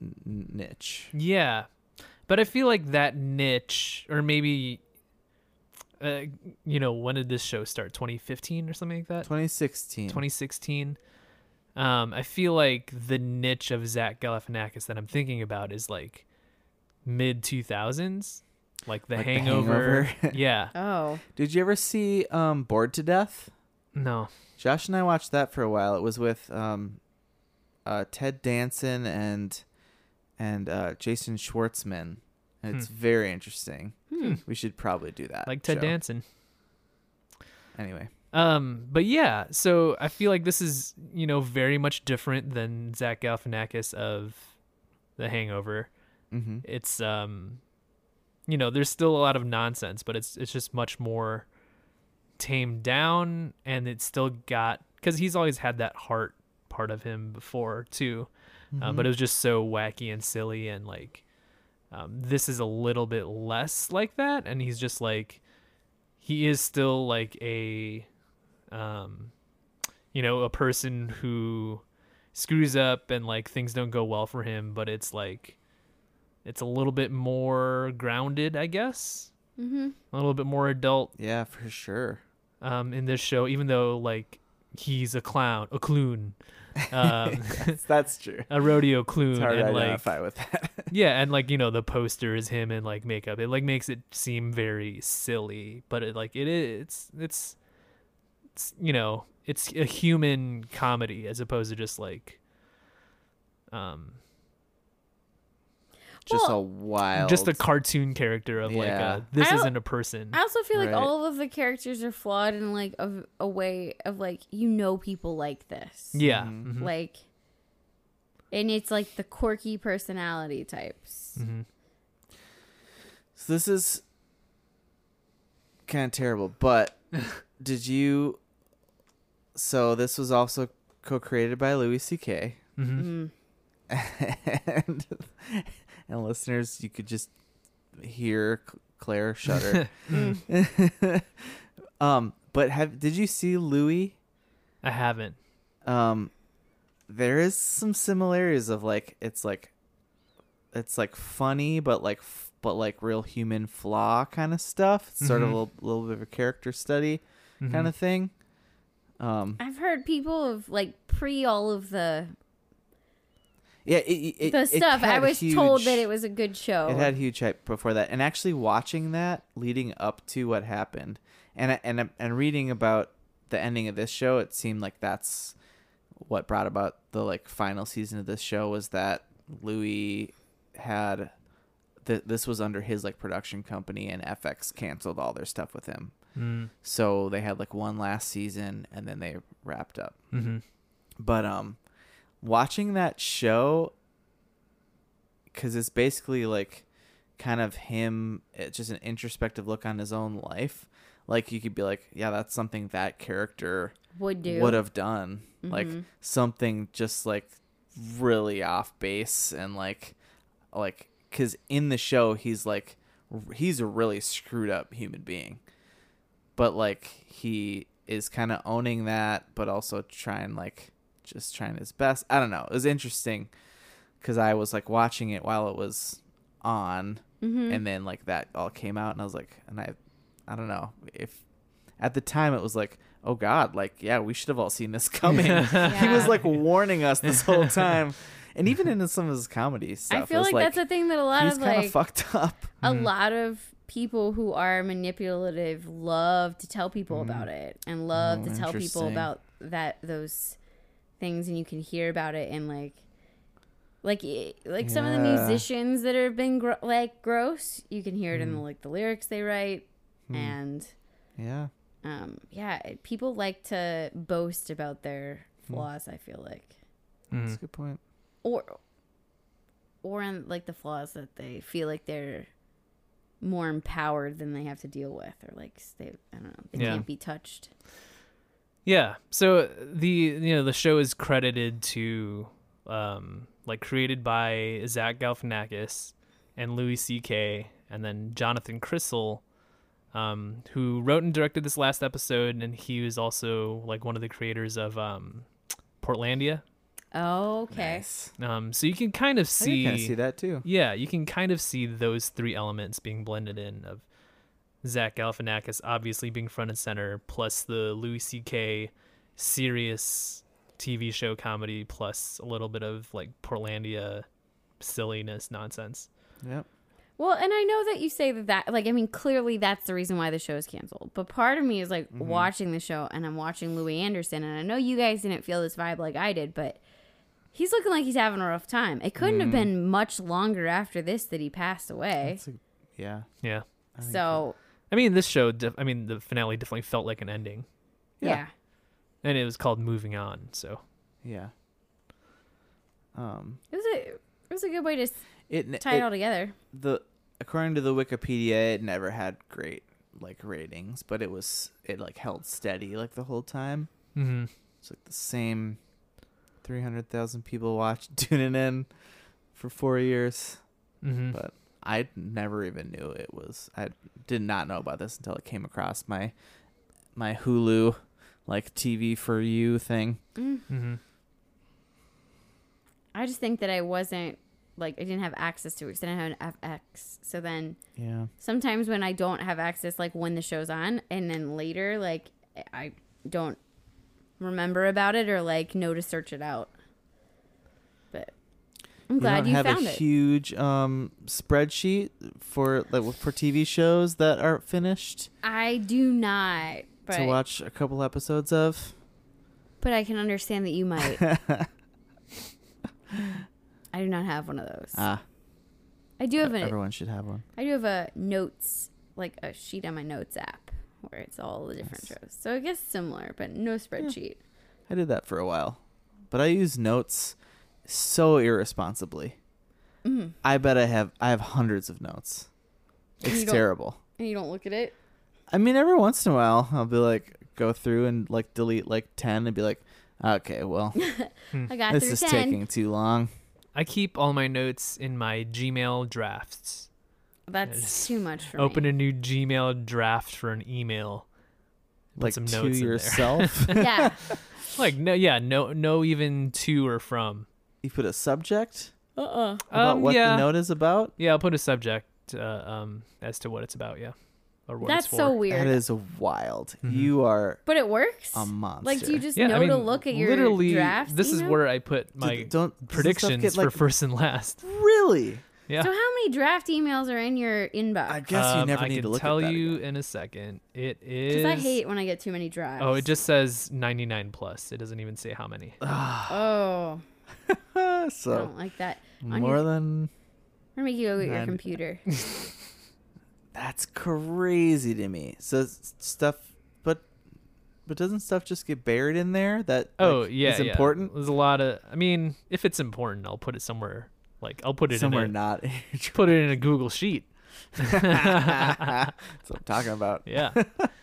Speaker 2: n- niche.
Speaker 1: Yeah, but I feel like that niche, or maybe, uh, you know, when did this show start? 2015 or something like that.
Speaker 2: 2016.
Speaker 1: 2016. Um, I feel like the niche of Zach Galifianakis that I'm thinking about is like mid 2000s, like The
Speaker 2: Like The
Speaker 1: Hangover.
Speaker 2: Hangover.
Speaker 1: yeah.
Speaker 3: Oh,
Speaker 2: Did you ever see um, Bored to Death?
Speaker 1: No.
Speaker 2: Josh and I watched that for a while. It was with um, uh, Ted Danson and and uh, Jason Schwartzman. And it's very interesting.
Speaker 1: Hmm.
Speaker 2: We should probably do that.
Speaker 1: Like Ted
Speaker 2: show.
Speaker 1: Danson.
Speaker 2: Anyway,
Speaker 1: Um, but yeah, so I feel like this is you know very much different than Zach Galifianakis of The Hangover.
Speaker 2: mm-hmm.
Speaker 1: it's um you know there's still a lot of nonsense but it's it's just much more tamed down and it's still got because he's always had that heart part of him before too uh, but it was just so wacky and silly and like um, this is a little bit less like that and he's just like he is still like a um you know a person who screws up and like things don't go well for him but it's like it's a little bit more grounded i guess
Speaker 3: mm-hmm.
Speaker 1: a little bit more adult
Speaker 2: yeah, for sure.
Speaker 1: um in this show even though like he's a clown a clown um
Speaker 2: That's true.
Speaker 1: a rodeo clown
Speaker 2: It's hard to
Speaker 1: and like
Speaker 2: identify with that.
Speaker 1: yeah and like you know the poster is him in like makeup it like makes it seem very silly but it like it is it's it's, it's you know it's a human comedy as opposed to just like um
Speaker 2: just a
Speaker 3: Well,
Speaker 2: wild.
Speaker 1: just a cartoon character of like
Speaker 2: Yeah.
Speaker 1: a, this
Speaker 3: I don't-
Speaker 1: isn't a person
Speaker 3: I also feel like
Speaker 2: Right.
Speaker 3: all of the characters are flawed in like a, a way of like you know people like this.
Speaker 1: yeah
Speaker 2: Mhm.
Speaker 1: mhm.
Speaker 3: Like and it's like the quirky personality types.
Speaker 1: Mhm.
Speaker 2: So this is kind of terrible, but did you? So this was also co-created by Louis C.K.
Speaker 1: Mhm.
Speaker 2: Mm-hmm.
Speaker 3: Mm.
Speaker 2: and and listeners, you could just hear C- Claire shudder. um, but have did you see Louis?
Speaker 1: I haven't.
Speaker 2: Um, there is some similarities of like it's like it's like funny, but like f- but like real human flaw kind of stuff. It's sort of
Speaker 1: Mhm.
Speaker 2: a little, little bit of a character study
Speaker 1: Mm-hmm.
Speaker 2: kind of thing. Um,
Speaker 3: I've heard people of like pre all of the
Speaker 2: yeah, it, it, it-
Speaker 3: the
Speaker 2: it
Speaker 3: stuff. I
Speaker 2: had
Speaker 3: was told that
Speaker 2: huge-
Speaker 3: it was a good show.
Speaker 2: It had huge hype before that, and actually watching that leading up to what happened and I- and I- and reading about the ending of this show, it seemed like that's what brought about the like final season of this show was that Louis had th- this was under his like production company and FX canceled all their stuff with him.
Speaker 1: Mm.
Speaker 2: So they had like one last season and then they wrapped up.
Speaker 1: Mm-hmm.
Speaker 2: But um watching that show cuz it's basically like kind of him it's just an introspective look on his own life. Like you could be like, yeah, that's something that character
Speaker 3: Would do.
Speaker 2: would have done. Like
Speaker 3: Mhm.
Speaker 2: something just like really off base and like like cuz in the show he's like r- he's a really screwed up human being. But like he is kind of owning that but also trying like just trying his best. I don't know. It was interesting cuz I was like watching it while it was on
Speaker 3: Mhm.
Speaker 2: and then like that all came out and i was like and i i don't know if at the time it was like oh god like yeah we should have all seen this coming he was
Speaker 3: Yeah.
Speaker 2: like warning us this whole time and even in some of his comedy stuff
Speaker 3: I feel
Speaker 2: it was
Speaker 3: like, that's a thing that a lot
Speaker 2: he's
Speaker 3: of
Speaker 2: kind
Speaker 3: like
Speaker 2: fucked up
Speaker 3: a
Speaker 1: Mhm.
Speaker 3: lot of people who are manipulative love to tell people about it and love
Speaker 2: Mm-hmm. Oh,
Speaker 3: to tell people
Speaker 2: interesting.
Speaker 3: about that those things and you can hear about it and like like i- like some of the
Speaker 2: Yeah.
Speaker 3: musicians that have been gro- like gross you can hear it in the like the lyrics they write
Speaker 2: Mm. Hmm.
Speaker 3: and
Speaker 2: yeah
Speaker 3: um yeah it- people like to boast about their
Speaker 2: Hmm.
Speaker 3: flaws i feel like
Speaker 2: that's
Speaker 1: Mm.
Speaker 2: a good point
Speaker 3: or or in like the flaws that they feel like they're more empowered than they have to deal with or like s- they i don't know they
Speaker 1: Yeah.
Speaker 3: can't be touched
Speaker 1: Yeah. So the you know the show is credited to um like created by Zach Galifianakis and Louis C.K. and then Jonathan Crystal, um, who wrote and directed this last episode, and he was also like one of the creators of um, Portlandia.
Speaker 3: okay
Speaker 2: Nice.
Speaker 1: Um, so you can kind of
Speaker 2: I did
Speaker 1: see,
Speaker 2: kinda see that too
Speaker 1: yeah, you can kind of see those three elements being blended in of Zach Galifianakis obviously being front and center, plus the Louis C.K. serious TV show comedy, plus a little bit of like Portlandia silliness nonsense.
Speaker 2: yep
Speaker 3: well and i know that you say that that like i mean clearly that's the reason why the show is canceled but part of me is like
Speaker 2: Mm-hmm.
Speaker 3: watching the show and i'm watching louis anderson and i know you guys didn't feel this vibe like i did but he's looking like he's having a rough time it couldn't have been much longer after this that he passed
Speaker 2: Mm-hmm.
Speaker 3: away
Speaker 2: That's a- yeah
Speaker 1: Yeah,
Speaker 2: I think
Speaker 3: so
Speaker 1: I mean this show. Def- I mean the finale definitely felt like an ending,
Speaker 2: Yeah.
Speaker 3: yeah.
Speaker 1: and it was called Moving On. So
Speaker 2: yeah um
Speaker 3: It was a it was a good way to s-
Speaker 2: it,
Speaker 3: tie it,
Speaker 2: it
Speaker 3: all together.
Speaker 2: the according to the Wikipedia, it never had great like ratings, but it was it like held steady like the whole time.
Speaker 1: mm-hmm.
Speaker 2: It's like the same three hundred thousand people watched tuning in for four years.
Speaker 1: Mm-hmm.
Speaker 2: But I never even knew it was. I did not know about this until it came across my my Hulu like TV for you thing.
Speaker 1: Mm-hmm.
Speaker 3: Mm. I just think that I wasn't like I didn't have access to it because I didn't have an FX. So then
Speaker 2: Yeah,
Speaker 3: sometimes when I don't have access, like when the show's on, and then later like I don't remember about it or like know to search it out. But I'm glad
Speaker 2: don't
Speaker 3: you
Speaker 2: have
Speaker 3: found
Speaker 2: a
Speaker 3: it.
Speaker 2: huge um spreadsheet for like for TV shows that aren't finished.
Speaker 3: I do not. But,
Speaker 2: to watch a couple episodes of.
Speaker 3: but I can understand that you might. I do not have one of those.
Speaker 2: Ah, e-,
Speaker 3: I do have an
Speaker 2: everyone should have one.
Speaker 3: I do have a notes, like a sheet on my notes app where it's all the different
Speaker 2: Nice.
Speaker 3: shows. So I guess similar, but no spreadsheet.
Speaker 2: I did that for a while, but I use notes so irresponsibly.
Speaker 3: Mm.
Speaker 2: I bet I have I have hundreds of notes.
Speaker 3: And
Speaker 2: It's
Speaker 3: you don't-
Speaker 2: terrible.
Speaker 3: And you don't look at it?
Speaker 2: I mean, every once in a while, I'll be like go through and like delete like ten and be like, okay, well,
Speaker 3: I got
Speaker 2: this
Speaker 3: through
Speaker 2: is
Speaker 3: 10.
Speaker 2: taking too long.
Speaker 1: I keep all my notes in my Gmail drafts.
Speaker 3: That's
Speaker 1: Just
Speaker 3: too much for
Speaker 1: open
Speaker 3: me.
Speaker 1: a new Gmail draft for an email. Put
Speaker 2: Like
Speaker 1: some
Speaker 2: to
Speaker 1: notes in there.
Speaker 2: yourself,
Speaker 3: yeah.
Speaker 1: Like no, yeah, no, no, even to or from.
Speaker 2: you put a subject
Speaker 3: Uh uh
Speaker 2: about
Speaker 1: Um,
Speaker 2: what
Speaker 1: yeah,
Speaker 2: the note is about.
Speaker 1: yeah. I'll put a subject uh, um, as to what it's about. Yeah, or what
Speaker 3: That's
Speaker 1: it's for.
Speaker 3: so
Speaker 2: That
Speaker 3: weird.
Speaker 2: is wild.
Speaker 1: Mm-hmm.
Speaker 2: You are
Speaker 3: but it works?
Speaker 2: a monster.
Speaker 3: like, do you just
Speaker 1: Yeah,
Speaker 3: know
Speaker 1: I mean,
Speaker 3: to look at your
Speaker 1: literally.
Speaker 3: drafts?
Speaker 1: this is
Speaker 3: email?
Speaker 1: where I put
Speaker 2: Did-
Speaker 1: my
Speaker 2: don't does this stuff
Speaker 1: predictions
Speaker 2: get, like,
Speaker 1: for first and last.
Speaker 2: Really?
Speaker 1: Yeah.
Speaker 3: So how many draft emails are in your inbox?
Speaker 2: I guess you
Speaker 1: Um,
Speaker 2: never
Speaker 1: I
Speaker 2: need
Speaker 1: can
Speaker 2: to look
Speaker 1: tell
Speaker 2: at that
Speaker 1: you
Speaker 2: again.
Speaker 1: in a second. It
Speaker 3: Because
Speaker 1: is.
Speaker 3: I hate when I get too many drafts.
Speaker 1: Oh, it just says 99 plus. It doesn't even say how many.
Speaker 3: Oh,
Speaker 2: Ah,
Speaker 3: I
Speaker 2: so
Speaker 3: don't like that. On your-
Speaker 2: more than
Speaker 3: I'm gonna make you go get your
Speaker 2: Nine.
Speaker 3: computer.
Speaker 2: that's crazy to me. So s- stuff, but but doesn't stuff just get buried in there? That
Speaker 1: Oh
Speaker 2: like,
Speaker 1: yeah,
Speaker 2: is
Speaker 1: yeah.
Speaker 2: important.
Speaker 1: There's a lot of. I mean, if it's important, I'll put it somewhere. Like I'll put it
Speaker 2: Somewhere
Speaker 1: in a,
Speaker 2: not. in your
Speaker 1: put it in a Google sheet.
Speaker 2: That's what I'm talking about.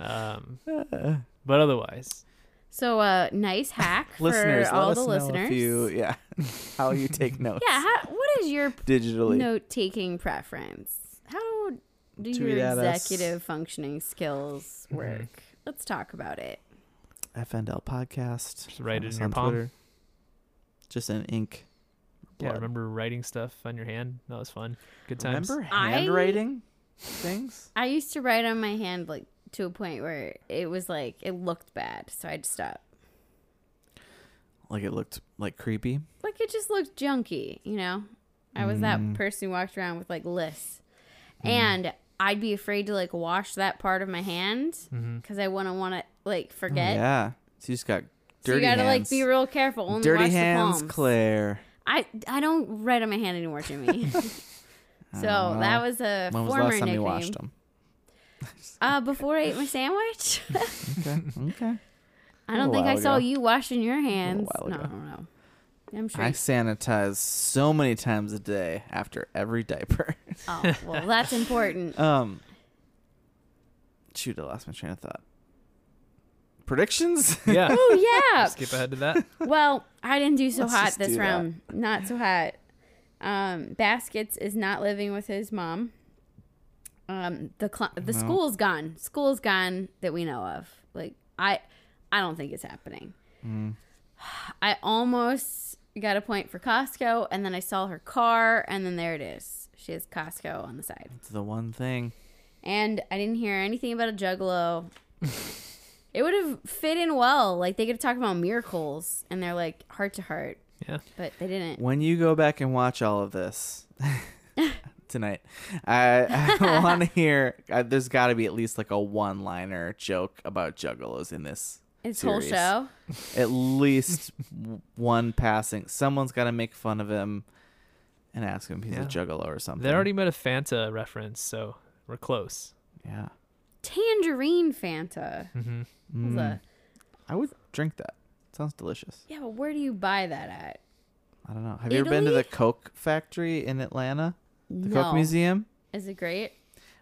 Speaker 2: Uh,
Speaker 1: Yeah. um, but otherwise,
Speaker 3: So, uh, nice hack for
Speaker 2: listeners,
Speaker 3: all
Speaker 2: let
Speaker 3: the
Speaker 2: us know
Speaker 3: listeners.
Speaker 2: if you, yeah, how you take notes
Speaker 3: Yeah, how, what is your
Speaker 2: digitally.
Speaker 3: note taking preference? How do
Speaker 2: Tweet
Speaker 3: your
Speaker 2: at us. Mm-hmm.
Speaker 3: executive functioning skills work? Let's talk about it.
Speaker 2: FNL podcast.
Speaker 1: Just write it
Speaker 2: Find us
Speaker 1: in your
Speaker 2: on
Speaker 1: palm.
Speaker 2: Just in ink.
Speaker 1: yeah,
Speaker 2: Blood.
Speaker 1: remember writing stuff on your hand? That was fun. Good times.
Speaker 2: Remember
Speaker 3: I-
Speaker 2: handwriting things?
Speaker 3: I used to write on my hand like to a point where it was like it looked bad, so I'd stop.
Speaker 2: Like it looked like creepy.
Speaker 3: Like it just looked junky, you know. I was
Speaker 2: Mm-hmm.
Speaker 3: that person who walked around with like lists, and I'd be afraid to like wash that part of my hand
Speaker 1: Mm-hmm.
Speaker 3: because I wouldn't want to like forget.
Speaker 2: Mm, Yeah. So you just got
Speaker 3: So
Speaker 2: dirty
Speaker 3: you gotta
Speaker 2: hands.
Speaker 3: like be real careful. Only
Speaker 2: dirty
Speaker 3: wash
Speaker 2: hands,
Speaker 3: the palms.
Speaker 2: Claire.
Speaker 3: I I don't write on my hand anymore, Jimmy. so
Speaker 2: know.
Speaker 3: that was a
Speaker 2: Oh, When was the
Speaker 3: former
Speaker 2: last time you
Speaker 3: nickname.
Speaker 2: washed them?
Speaker 3: Uh, before I ate my sandwich,
Speaker 2: Okay. Okay.
Speaker 3: I don't
Speaker 2: A
Speaker 3: think I
Speaker 2: while
Speaker 3: saw
Speaker 2: ago.
Speaker 3: you washing your hands.
Speaker 2: while
Speaker 3: No, I
Speaker 2: ago.
Speaker 3: don't know. I'm sure.
Speaker 2: I
Speaker 3: you-
Speaker 2: sanitize so many times a day after every diaper.
Speaker 3: oh well, that's important.
Speaker 2: Um. Shoot, I lost my train of thought. Predictions?
Speaker 1: Yeah.
Speaker 3: oh yeah.
Speaker 1: Skip ahead to that.
Speaker 3: Well, I didn't do so
Speaker 2: Let's
Speaker 3: hot
Speaker 2: just
Speaker 3: this
Speaker 2: do that.
Speaker 3: round. Not so hot. Um, Baskets is not living with his mom. Um, the cl- the
Speaker 2: No.
Speaker 3: school's gone. School's gone that we know of. Like I, I don't think it's happening.
Speaker 2: Mm.
Speaker 3: I almost got a point for Costco, and then I saw her car, and then there it is. She has Costco on the side,
Speaker 2: It's the one thing.
Speaker 3: and I didn't hear anything about a Juggalo. it would have fit in well. Like they could have talked about miracles, and they're like heart to heart
Speaker 1: Yeah.
Speaker 3: but they didn't.
Speaker 2: When you go back and watch all of this tonight, I, I want to hear. Uh, there's got to be at least like a one-liner joke about juggalos in this.
Speaker 3: His
Speaker 2: series.
Speaker 3: whole show.
Speaker 2: At least w- one passing. Someone's got to make fun of him and ask him if he's a
Speaker 1: Yeah.
Speaker 2: juggalo or something.
Speaker 1: They already made a Fanta reference, so we're close.
Speaker 2: Yeah.
Speaker 3: Tangerine Fanta.
Speaker 1: hmm
Speaker 3: Was
Speaker 2: Mm.
Speaker 3: a-
Speaker 2: I would drink that. Sounds delicious.
Speaker 3: yeah, but where do you buy that at?
Speaker 2: I don't know. Have you ever been to
Speaker 3: Italy?
Speaker 2: the Coke factory in Atlanta? The
Speaker 3: no.
Speaker 2: Coke Museum?
Speaker 3: Is it great?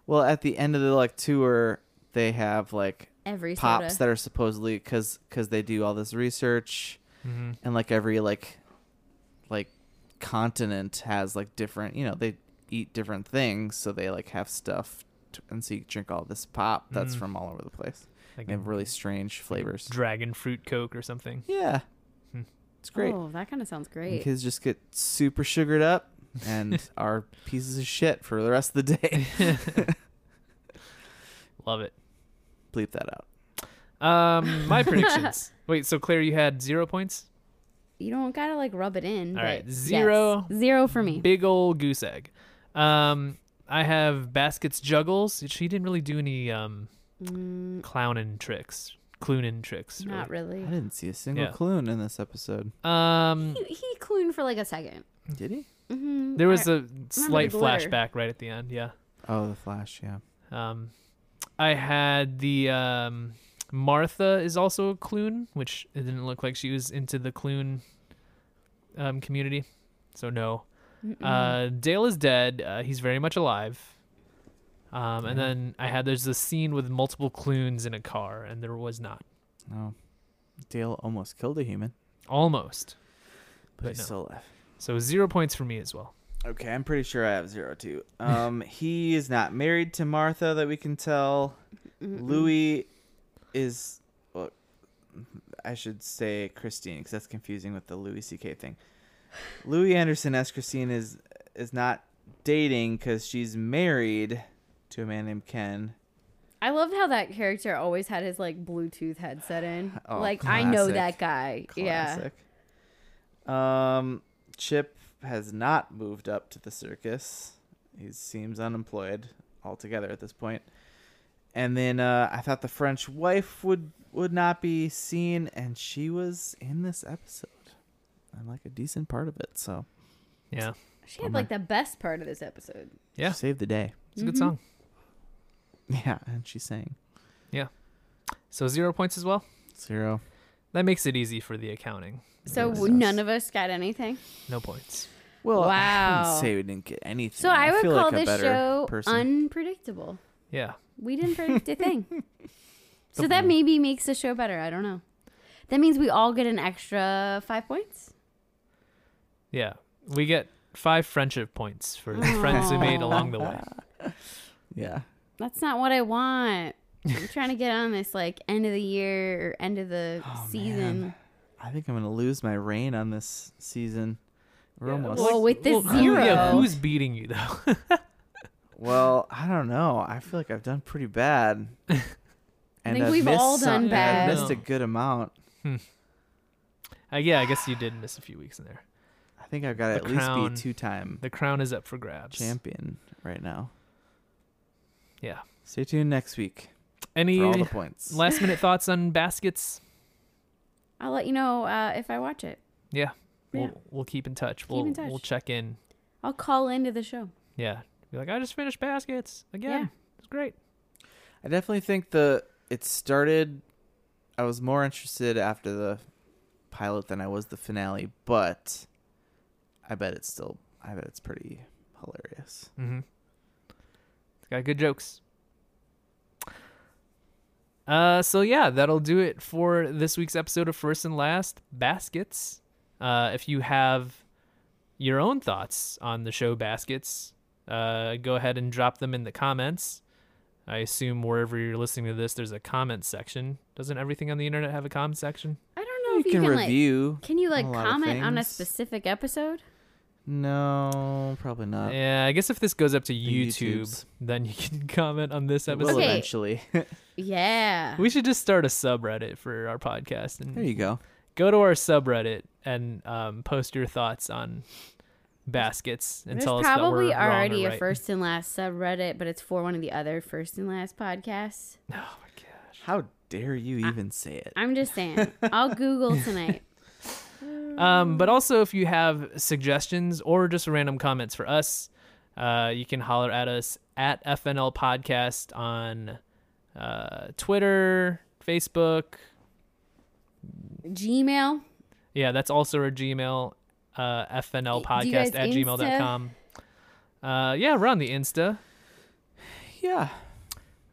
Speaker 2: Well, at the end of the like tour, they have like
Speaker 3: Every
Speaker 2: pops
Speaker 3: soda.
Speaker 2: that are supposedly cuz cuz they do all this research
Speaker 1: hmm
Speaker 2: and like every like like continent has like different, you know, they eat different things, so they like have stuff t- and so you drink all this pop that's
Speaker 1: Mm.
Speaker 2: from all over the place.
Speaker 1: Like
Speaker 2: They have really strange flavors.
Speaker 1: dragon fruit coke or something.
Speaker 2: Yeah.
Speaker 1: Hmm.
Speaker 2: It's great.
Speaker 3: Oh, that kind of sounds
Speaker 2: And
Speaker 3: great.
Speaker 2: kids just get super sugared up and are pieces of shit for the rest of the day.
Speaker 1: Love it.
Speaker 2: Bleep that out.
Speaker 1: Um, my predictions. Wait, so Claire, you had zero points.
Speaker 3: You don't gotta like rub it in.
Speaker 1: All
Speaker 3: but
Speaker 1: right,
Speaker 3: yes.
Speaker 1: zero.
Speaker 3: Zero for me.
Speaker 1: Big old goose egg. Um, I have baskets juggles. She didn't really do any um
Speaker 3: Mm,
Speaker 1: clowning tricks, clooning tricks.
Speaker 3: not really.
Speaker 2: I didn't see a single
Speaker 1: Yeah.
Speaker 2: clue in this episode.
Speaker 1: Um,
Speaker 3: He, he clued for like a 2nd
Speaker 2: Did he?
Speaker 3: Mm-hmm.
Speaker 1: there was a slight
Speaker 3: glitter.
Speaker 1: flashback right at the end. Yeah.
Speaker 2: Oh, the Flash. Yeah.
Speaker 1: Um, I had the um, Martha is also a Clune, which it didn't look like she was into the Clune um, community, so no.
Speaker 3: Mm-hmm.
Speaker 1: Uh, Dale is dead. Uh, he's very much alive. Um, and
Speaker 2: Yeah.
Speaker 1: then I had there's a scene with multiple Clunes in a car, and there was not
Speaker 2: No. Oh. Dale almost killed a human,
Speaker 1: almost.
Speaker 2: but,
Speaker 1: But
Speaker 2: he's
Speaker 1: no.
Speaker 2: still alive.
Speaker 1: So zero points for me as well.
Speaker 2: Okay, I'm pretty sure I have zero too. Um, he is not married to Martha that we can tell. Louis is. Well, I should say Christine because that's confusing with the Louis C.K. thing. Louis Anderson as Christine is is not dating because she's married to a man named Ken.
Speaker 3: I loved how that character always had his like Bluetooth headset in.
Speaker 2: Oh,
Speaker 3: like I know
Speaker 2: classic.
Speaker 3: that guy. Yeah.
Speaker 2: Classic. Um, Chip has not moved up to the circus. He seems unemployed altogether at this point. And then uh, I thought the French wife would would not be seen, and she was in this episode, and like a decent part of it. So
Speaker 1: Yeah.
Speaker 3: She had like the best part of this episode.
Speaker 1: Yeah.
Speaker 2: she saved the day.
Speaker 1: It's a good song.
Speaker 2: Yeah, and she sang
Speaker 1: So zero points as well.
Speaker 2: zero.
Speaker 1: That makes it easy for the accounting.
Speaker 3: So
Speaker 2: Yes.
Speaker 3: w none of us got anything.
Speaker 1: No points.
Speaker 2: Well, I
Speaker 3: Wow.
Speaker 2: wouldn't say we didn't get anything.
Speaker 3: So I would
Speaker 2: feel
Speaker 3: call
Speaker 2: like a
Speaker 3: this
Speaker 2: better
Speaker 3: show
Speaker 2: person.
Speaker 3: unpredictable.
Speaker 1: Yeah.
Speaker 3: We didn't predict a thing. so that maybe makes the show better. I don't know. That means we all get an extra five points.
Speaker 1: Yeah. We get five friendship points for the friends we made along the way.
Speaker 2: yeah.
Speaker 3: That's not what I want. I'm trying to get on this like end of the year or end of the
Speaker 2: Oh,
Speaker 3: season.
Speaker 2: man. I think I'm gonna lose my reign on this season. We're almost.
Speaker 3: Well, with this
Speaker 1: who- Yeah,
Speaker 3: zero-
Speaker 1: who's beating you though?
Speaker 2: Well, I don't know. I feel like I've done pretty bad. And
Speaker 3: think we've all done
Speaker 2: some-
Speaker 3: bad.
Speaker 2: I've missed a good amount.
Speaker 1: uh, yeah, I guess you did miss a few weeks in there.
Speaker 2: I think I've got to
Speaker 1: The
Speaker 2: at least
Speaker 1: crown.
Speaker 2: be two-time
Speaker 1: The crown is up for grabs.
Speaker 2: champion right now.
Speaker 1: Yeah.
Speaker 2: Stay tuned next week
Speaker 1: Any
Speaker 2: for all the points.
Speaker 1: last minute thoughts on baskets?
Speaker 3: I'll let you know uh, if I watch it.
Speaker 1: Yeah. We'll,
Speaker 3: Yeah.
Speaker 1: we'll keep in touch. we'll
Speaker 3: in touch.
Speaker 1: we'll check in.
Speaker 3: I'll call into the show.
Speaker 1: Yeah. Be like, I just finished baskets again.
Speaker 3: Yeah.
Speaker 1: It's great.
Speaker 2: I definitely think the it started. I was more interested after the pilot than I was the finale, but I bet it's still. I bet it's pretty hilarious.
Speaker 1: Mm-hmm. It's got good jokes. Uh, so yeah, that'll do it for this week's episode of First and Last Baskets. Uh, if you have your own thoughts on the show Baskets, uh, go ahead and drop them in the comments. I assume wherever you're listening to this, there's a comment section. Doesn't everything on the internet have a comment section?
Speaker 3: I don't know
Speaker 2: You
Speaker 3: if you
Speaker 2: can
Speaker 3: can
Speaker 2: review.
Speaker 3: like. Can you like
Speaker 2: a lot of
Speaker 3: comment on a
Speaker 2: things.
Speaker 3: specific episode?
Speaker 2: no, probably not.
Speaker 1: yeah, I guess if this goes up to
Speaker 2: Uh, the
Speaker 1: Eh, YouTube,
Speaker 2: YouTubes.
Speaker 1: then you can comment on this
Speaker 2: It will
Speaker 1: episode.
Speaker 3: Okay.
Speaker 2: eventually.
Speaker 3: Yeah.
Speaker 1: We should just start a subreddit for our podcast and
Speaker 2: there you go.
Speaker 1: go to our subreddit and um, post your thoughts on baskets and
Speaker 3: There's
Speaker 1: tell us that
Speaker 3: probably
Speaker 1: we're wrong or
Speaker 3: already a
Speaker 1: right.
Speaker 3: first and last subreddit, but it's for one of the other first and last podcasts.
Speaker 1: Oh my gosh.
Speaker 2: How dare you even say it?
Speaker 3: I'm just saying. I'll Google tonight.
Speaker 1: Um, but also, if you have suggestions or just random comments for us, uh, you can holler at us at FNL Podcast on uh, Twitter, Facebook.
Speaker 3: Gmail.
Speaker 1: Yeah, that's also our Gmail, uh, FNL
Speaker 3: Y- do you guys
Speaker 1: Podcast at
Speaker 3: Insta?
Speaker 1: gmail.com. Uh, yeah, we're on the Insta.
Speaker 2: Yeah.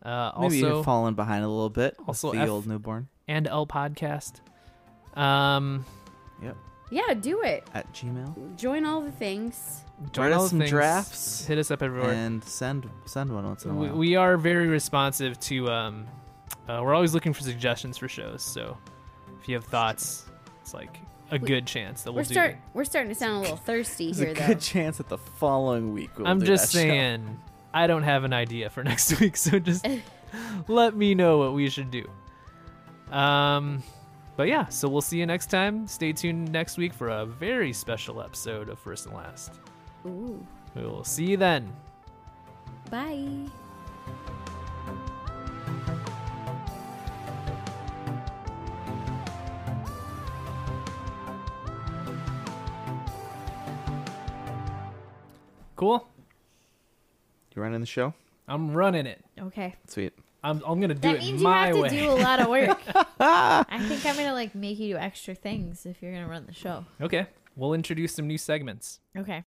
Speaker 1: Uh,
Speaker 2: Maybe
Speaker 1: also,
Speaker 2: you've fallen behind a little bit. with
Speaker 1: also
Speaker 2: the
Speaker 1: F-
Speaker 2: old newborn
Speaker 1: and L Podcast. Um,
Speaker 3: Yeah, do it.
Speaker 2: at Gmail.
Speaker 3: Join all the things.
Speaker 1: join
Speaker 2: Write
Speaker 1: all
Speaker 2: us
Speaker 1: the
Speaker 2: some
Speaker 1: things.
Speaker 2: drafts
Speaker 1: Hit us up everywhere.
Speaker 2: and send send one once in a
Speaker 1: We,
Speaker 2: while.
Speaker 1: we are very responsive to. Um, uh, we're always looking for suggestions for shows. So if you have thoughts, it's like a good chance that we'll
Speaker 3: We're
Speaker 1: do.
Speaker 3: start. We're starting to sound a little thirsty
Speaker 2: There's
Speaker 3: here,
Speaker 2: a
Speaker 3: though.
Speaker 2: good chance that the following week we'll
Speaker 1: I'm
Speaker 2: do
Speaker 1: just
Speaker 2: that show.
Speaker 1: saying, I don't have an idea for next week, so just let me know what we should do. Um, but yeah, so we'll see you next time. Stay tuned next week for a very special episode of First and Last.
Speaker 3: Ooh.
Speaker 1: We will see you then.
Speaker 3: Bye.
Speaker 1: Cool.
Speaker 2: You running the show?
Speaker 1: I'm running it.
Speaker 4: Okay.
Speaker 2: Sweet.
Speaker 1: I'm, I'm gonna do
Speaker 4: That
Speaker 1: it
Speaker 4: means you
Speaker 1: my
Speaker 4: have to
Speaker 1: way.
Speaker 4: do a lot of work. I think I'm gonna like make you do extra things if you're gonna run the show.
Speaker 1: Okay, we'll introduce some new segments.
Speaker 4: Okay.